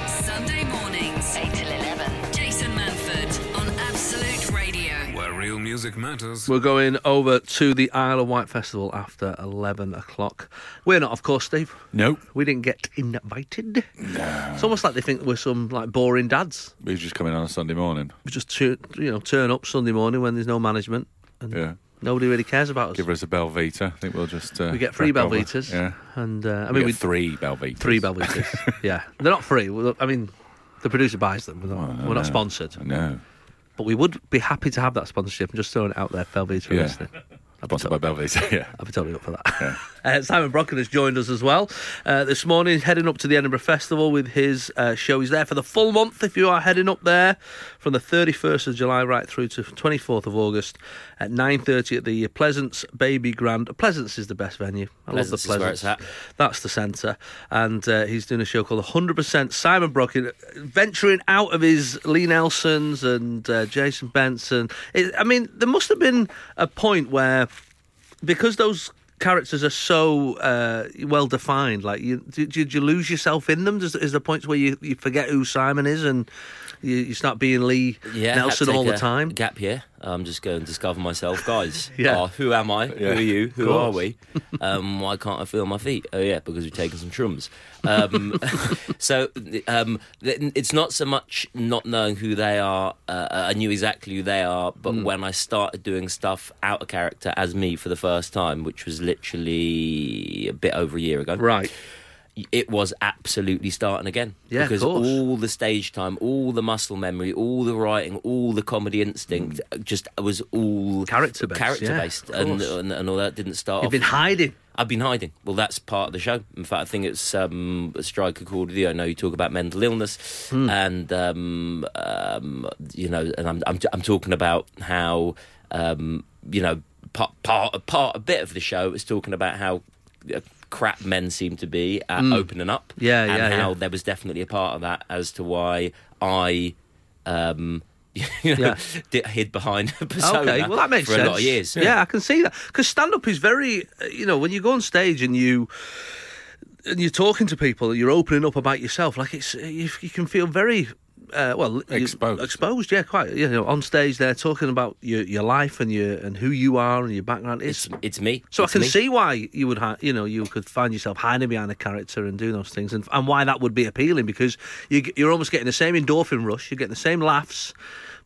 A: Sunday mornings, 8 till 11. Jason Manford on Absolute Radio.
B: Where real music matters.
C: We're going over to the Isle of Wight Festival after 11 o'clock. We're not, of course, Steve.
D: No,
C: We didn't get invited. It's almost like they think we're some like boring dads.
D: we're just coming on a Sunday morning.
C: We just tu- you know turn up Sunday morning when there's no management and
D: Yeah.
C: nobody really cares about us.
D: Give us a Belvita. I think we'll just. Uh,
C: we get three
D: crack over.
C: Belvitas,
D: Yeah.
C: and uh, I
D: we
C: mean we
D: get three Belvitas.
C: three Belvitas. yeah, they're not free. Well, I mean, the producer buys them. We're not, we're not sponsored,
D: No.
C: but we would be happy to have that sponsorship. I'm just throwing it out there, Belvita.
D: Yeah.
C: Yeah. Listening. I'd be,
D: Sponsored
C: to-
D: by Belvita, yeah.
C: I'd be totally up for that. Uh, Simon Brocken has joined us as well uh, this morning, heading up to the Edinburgh Festival with his uh, show. He's there for the full month if you are heading up there from the 31st of July right through to 24th of August at 9.30 at the Pleasance Baby Grand. Pleasance is the best venue. I
G: Pleasance is
C: love the
G: where
C: Pleasance.
G: it's at.
C: That's the centre. And uh, he's doing a show called 100% Simon Brocken, venturing out of his Lee Nelsons and uh, Jason Benson. It, I mean, there must have been a point where, because those characters are so uh, well defined, like, you, did, did you lose yourself in them? Does, is there points where you, you forget who Simon is and you, you start being Lee
G: Yeah, had to
C: Nelson
G: take
C: all the
G: a
C: time?
G: Gap year. I'm just going to discover myself, guys.
C: Yeah.
G: oh, who am I? Who
D: Yeah.
G: are you? Who
C: course.
G: are we? Um, why can't I feel my feet? Oh yeah, because we've taken some shrooms. Um, so um, th- it's not so much not knowing who they are. Uh, I knew exactly who they are, but
C: Hmm.
G: when I started doing stuff out of character as me for the first time, which was literally a bit over a year ago,
C: Right.
G: it was absolutely starting again.
C: Yeah, of
G: because
C: course.
G: all the stage time, all the muscle memory, all the writing, all the comedy instinct, just was all
C: Mm. Character-based,
G: character
C: yeah,
G: based,
C: of
G: and,
C: course.
G: and and all that didn't start
C: You've
G: off.
C: been hiding.
G: I've been hiding. Well, that's part of the show. In fact, I think it's um, a striker called you. I know you talk about mental illness,
C: Hmm.
G: and um, um, you know, and I'm, I'm I'm talking about how um, you know part part part a bit of the show is talking about how. uh, Crap men seem to be at opening up,
C: Hmm. Yeah,
G: and
C: yeah,
G: how
C: yeah.
G: there was definitely a part of that as to why I, um, you know, did, hid behind a persona
C: Okay, well that makes
G: uh, for
C: sense.
G: a lot of years.
C: Yeah, I can see that because stand up is very, uh, you know, when you go on stage and you and you're talking to people, you're opening up about yourself. Like it's uh, you, you can feel very. Uh, well, you-
D: Exposed.
C: exposed, yeah, quite. You know, on stage, they're talking about your, your life and your and who you are and your background. It's,
G: It's, it's me.
C: so I
G: It's
C: can
G: me.
C: see why you would, hi- you know, you could find yourself hiding behind a character and doing those things, and and why that would be appealing because you, g- you're almost getting the same endorphin rush, you're getting the same laughs,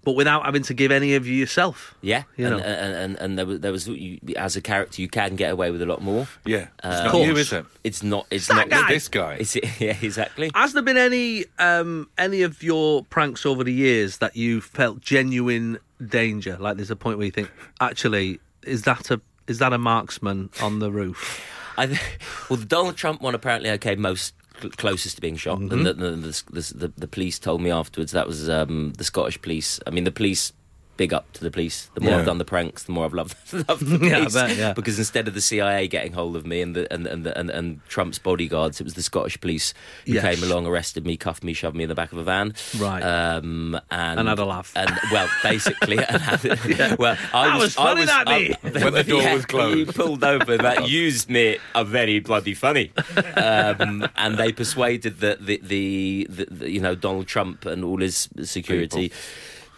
C: but without having to give any of you yourself.
G: Yeah,
C: You
G: and,
C: know.
G: and, and and there was, there was you, as a character you can get away with a lot more.
D: Yeah.
G: Uh,
D: it's not you, is it?
G: It's not. It's
C: that
G: not
C: guy!
D: This guy.
G: It's, yeah, exactly.
C: Has there been any um, any of your pranks over the years that you felt genuine danger? Like there's a point where you think, actually, is that a is that a marksman on the roof?
G: I th- well, the Donald Trump one apparently I came most cl- closest to being shot,
C: Mm-hmm.
G: and the the, the, the, the the police told me afterwards that was um, the Scottish police. I mean, the police. Big up to the police. The more
D: Yeah.
G: I've done the pranks, the more I've loved, loved the police.
C: Yeah, I bet, yeah.
G: Because instead of the CIA getting hold of me and the, and, and, and, and Trump's bodyguards, it was the Scottish police who
C: Yes.
G: came along, arrested me, cuffed me, shoved me in the back of a van.
C: Right.
G: Um, and,
C: And had a laugh.
G: And, well, basically. and had- well, I
C: That
G: was,
C: was funny,
G: I was,
C: that
G: I-
C: day.
D: When the door
G: Yeah,
D: was
G: when you
D: closed.
G: pulled over that used me are very bloody funny um, and they persuaded the the, the, the the you know Donald Trump and all his security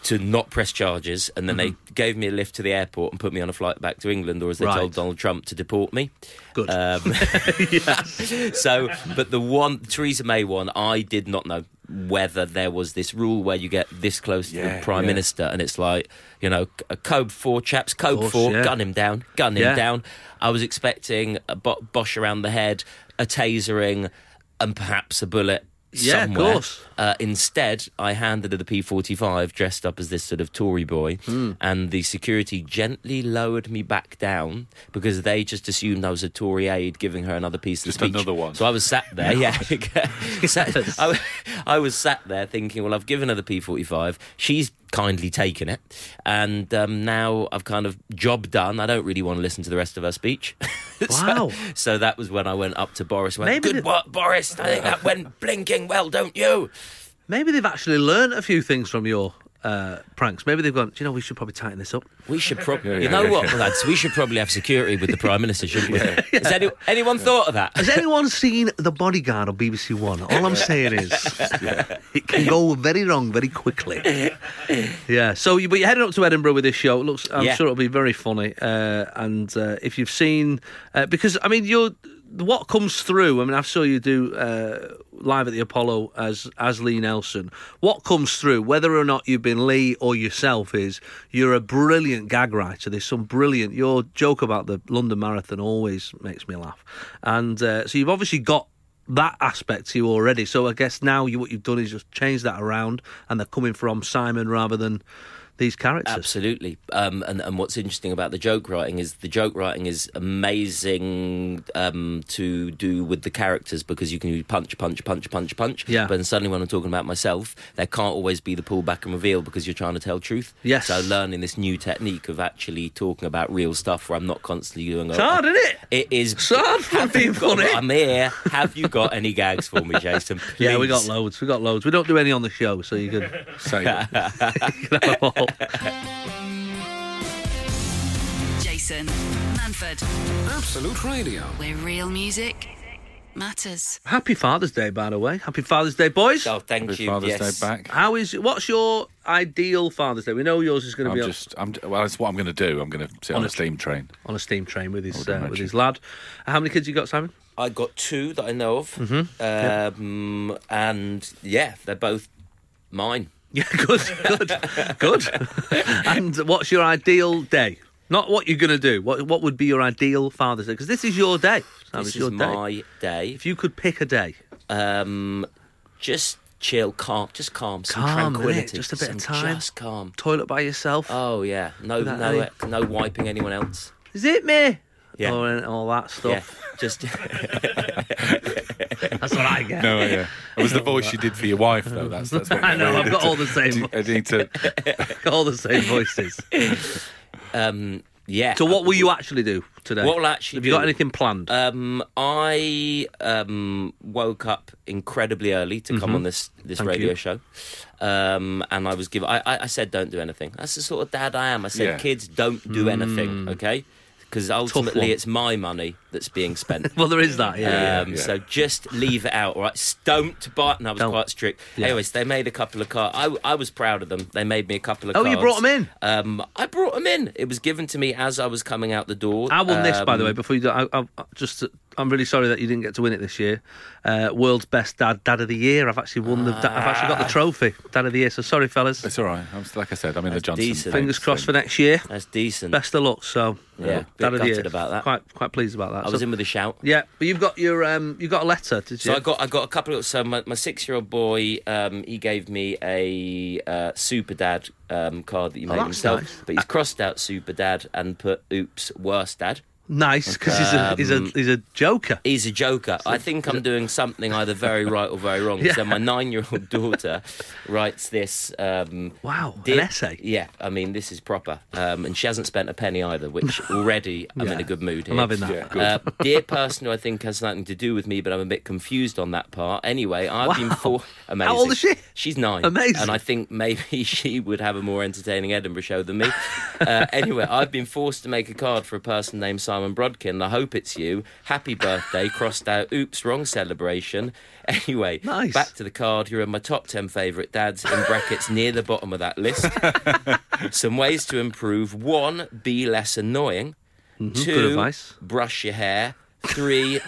G: to not press charges and then they gave me a lift to the airport and put me on a flight back to England or as they
C: Right.
G: told Donald Trump to deport me
C: Good.
G: um, so but the one Theresa May one I did not know whether there was this rule where you get this close to
D: Yeah,
G: the prime
D: yeah.
G: minister and it's like you know c- a code four chaps code
C: course,
G: four
C: yeah.
G: gun him down gun him
C: Yeah.
G: down I was expecting a bo- bosh around the head, a tasering, and perhaps a bullet.
C: Yeah, of
G: somewhere.
C: course.
G: Uh, instead, I handed her the P45 dressed up as this sort of Tory boy,
D: Hmm.
G: and the security gently lowered me back down because they just assumed I was a Tory aide giving her another piece of
D: Just
G: speech.
D: another one.
G: So I was sat there, yeah. sat, I, w- I was sat there thinking, well, I've given her the P45. She's kindly taken it. And um, now I've kind of job done. I don't really want to listen to the rest of her speech. So-
C: Wow.
G: So, that was when I went up to Boris. and Went,
C: Oh. Maybe
G: Good
C: the-
G: work, Boris. I think that went blinking well, don't you?
C: Maybe they've actually learnt a few things from your uh, pranks. Maybe they've gone, do you know, we should probably tighten this up.
G: We should probably,
D: Yeah,
G: you
D: yeah,
G: know
D: yeah,
G: what,
D: yeah.
G: lads? We should probably have security with the Prime Minister, shouldn't we? Has any, anyone thought of that?
C: Has anyone seen The Bodyguard on BBC One? All I'm saying is, it can go very wrong very quickly. Yeah. So, you, but you're heading up to Edinburgh with this show. It looks, I'm
G: Yeah.
C: sure it'll be very funny. Uh, and uh, if you've seen, uh, because I mean, you're what comes through. I mean, I saw you do uh, live at the Apollo as as Lee Nelson. What comes through, whether or not you've been Lee or yourself, is you're a brilliant gag writer. There's some brilliant. Your joke about the London Marathon always makes me laugh. And uh, so you've obviously got that aspect to you already. So I guess now you, what you've done is just change that around, and they're coming from Simon rather than these characters.
G: Absolutely. Um, and, and what's interesting about the joke writing is the joke writing is amazing um, to do with the characters because you can do punch, punch, punch, punch, punch.
C: Yeah.
G: But then suddenly when I'm talking about myself, there can't always be the pullback and reveal because you're trying to tell truth.
C: Yes.
G: So learning this new technique of actually talking about real stuff where I'm not constantly doing.
C: It's hard, isn't it?
G: It is
C: It's hard from being funny.
G: I'm here. Have you got any gags for me, Jason?
C: Yeah, we got
G: Please.
C: loads. We got loads. We don't do any on the show, so you can,
D: Save it.
C: you can have them all.
A: Jason Manford,
B: Absolute Radio.
A: where real music matters.
C: Happy Father's Day, by the way. Happy Father's Day, boys.
G: Oh, thank
D: Happy
G: you.
D: Father's
G: yes.
D: Day back.
C: How is? What's your ideal Father's Day? We know yours is going to
D: I'm
C: be
D: just, I'm, well, that's what I'm going to do. I'm going to sit on, a steam train.
C: on, on a steam train with his
D: would
C: uh, with
D: imagine.
C: his lad. How many kids you got, Simon?
G: I got two that I know of,
C: Mm-hmm.
G: um, and yeah, they're both mine.
C: Yeah, good, good, good. and what's your ideal day? Not what you're going to do. What what would be your ideal Father's Day? Because this is your day. Simon,
G: this
C: it's your
G: is my
C: day.
G: day.
C: If you could pick a day,
G: Um, just chill, calm, just calm, some
C: Calm, innit?
G: tranquility,
C: Just a bit of
G: some
C: time.
G: just calm.
C: toilet by yourself.
G: Oh yeah, no,
C: Without
G: no,
C: any-
G: uh, no wiping anyone else.
C: Is it me?
G: Yeah.
C: Or, and all that
G: Yeah,
C: stuff.
G: just
C: That's what I get.
D: No, yeah. It was the voice you did for your wife, though. That's, that's what
C: I know, I've got all the same,
G: uh,
D: I need to.
C: all the same voices.
G: um, yeah.
C: So, what will you actually do today?
G: What will I actually
C: Have you got
G: do?
C: anything planned?
G: Um, I um, woke up incredibly early to come on this this
C: Mm-hmm. Thank
G: radio
C: you.
G: show, um, and I was given. I, I, I said, "Don't do anything." That's the sort of dad I am. I said,
D: Yeah.
G: "Kids, don't do anything." Okay. Because ultimately,
C: Mm. one.
G: it's my money that's being spent.
C: Well, there is that. Yeah. yeah.
G: Um, So just leave it out, all right? S- Don't buy. And I was
C: Don't.
G: quite strict.
C: Yeah.
G: Anyways, they made a couple of cards. I, I was proud of them. They made me a couple of.
C: Oh, you
G: cards.
C: brought 'em in?
G: Um, I brought them in. It was given to me as I was coming out the door.
C: I won this, by
G: Um,
C: the way. Before you, do, I, I, I- just, I'm really sorry that you didn't get to win it this year. Uh, World's best dad, dad of the year. I've actually won the. Da- I've actually
G: Ah.
C: got the trophy, dad of the year. So sorry, fellas.
D: It's all right. I'm, like I said, I'm in the Johnson.
G: decent.
C: Fingers crossed for next year.
G: That's decent.
C: Best of luck. So
G: Um, Yeah, bit
C: dad of the
G: gutted
C: year.
G: about that.
C: Quite, quite pleased about that.
G: I was
C: So-
G: in with a shout.
C: Yeah, but you've got your, um, you got a letter, did you?
G: So I got I got a couple of so my, my six year old boy um, he gave me a uh, super dad um, card that you made
C: that's
G: himself,
C: nice.
G: but he's crossed out super dad and put oops worse dad.
C: nice because
G: Um,
C: he's a, he's a, he's a joker.
G: He's a joker. I think I'm doing something either very right or very wrong.
C: Yeah.
G: So my nine year old daughter writes this. Um,
C: Wow,
G: dear-
C: an essay.
G: Yeah, I mean this is proper, um, and she hasn't spent a penny either, which already I'm in a good mood. Here.
C: I'm having that. Yeah, good.
G: Uh, dear person who I think has nothing to do with me, but I'm a bit confused on that part. Anyway, I've been
C: Wow.
G: for amazing.
C: How old is she?
G: She's nine.
C: Amazing.
G: And I think maybe she would have a more entertaining Edinburgh show than me. uh, anyway, I've been forced to make a card for a person named Simon Brodkin. I hope it's you. Happy birthday. crossed out. Oops, wrong celebration. Anyway,
C: Nice.
G: back to the card. You're in my top 10 favourite dads, in brackets near the bottom of that list. Some ways to improve. One, be less annoying.
C: Mm-hmm, good
G: Two,
C: advice.
G: brush your hair. Three,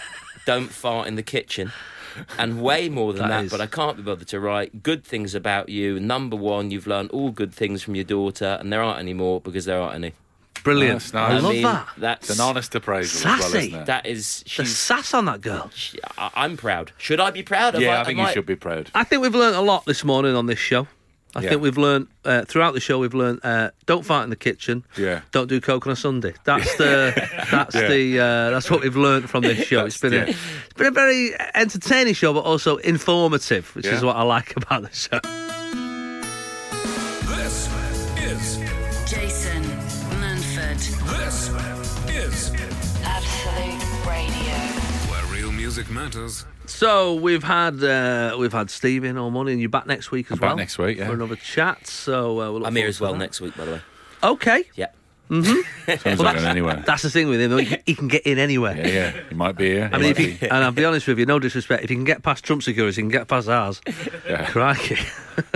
G: don't fart in the kitchen. And way more than
C: That
G: that,
C: is-
G: but I can't be bothered to write good things about you. Number one, you've learned all good things from your daughter, and there aren't any more because there aren't any.
C: Brilliant.
D: That's nice.
C: I
D: I
C: love
G: mean,
C: that.
G: That's
D: It's an honest appraisal as well,
C: Sassy.
D: isn't it?
G: That is
C: The
G: she's.
C: sass on that girl.
G: She, I, I'm proud. Should I be proud? Have
D: yeah, I,
G: am
D: think you should be proud.
C: I think we've learnt a lot this morning on this show. I
D: Yeah.
C: think we've learnt uh, throughout the show. We've learnt uh, don't fart in the kitchen.
D: Yeah.
C: Don't do coke on a Sunday. That's the that's the uh, that's what we've learnt from this show. It's been a,
D: yeah.
C: it's been a very entertaining show, but also informative, which is
D: Yeah.
C: what I like about the show.
B: This is
A: Jason Manford,
B: this is
A: Absolute Radio.
B: where real music matters.
C: So we've had uh, we've had Steve in all morning. You're back next week as
D: back
C: well.
D: next week, yeah.
C: for another chat. So uh, we'll look
G: I'm here
C: forward
G: as
C: to
G: well
C: that.
G: next week, by the way.
C: Okay,
G: Yeah.
D: Someone's not going anywhere.
C: that's the thing with him. though, He he can get in anywhere.
D: Yeah, yeah. You might be here.
C: I mean,
D: you might
C: if you,
D: be-
C: and I'll be honest with you, no disrespect. If you can get past Trump security, you can get past ours.
D: yeah.
C: Crikey.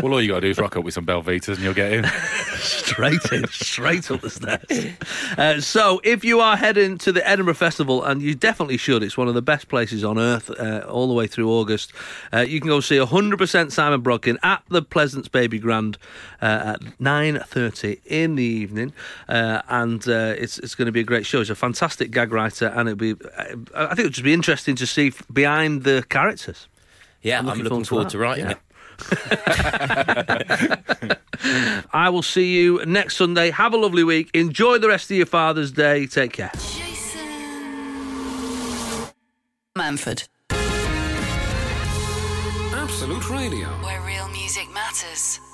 D: Well, all you got to do is rock up with some Belvitas and you'll get in.
C: straight in, straight up the stairs. Uh, so, if you are heading to the Edinburgh Festival, and you definitely should, it's one of the best places on earth uh, all the way through August. Uh, you can go see 100% Simon Brodkin at the Pleasance Baby Grand uh, at 9:30 in the evening, uh, and uh, it's it's going to be a great show. He's a fantastic gag writer, and it'll be I I think it'll just be interesting to see f- behind the characters.
G: Yeah, I'm looking, forward to,
C: that.
G: writing
C: Yeah.
G: it.
C: I will see you next Sunday. Have a lovely week. Enjoy the rest of your Father's Day. Take care.
A: Jason Manford,
B: Absolute Radio.
A: where real music matters.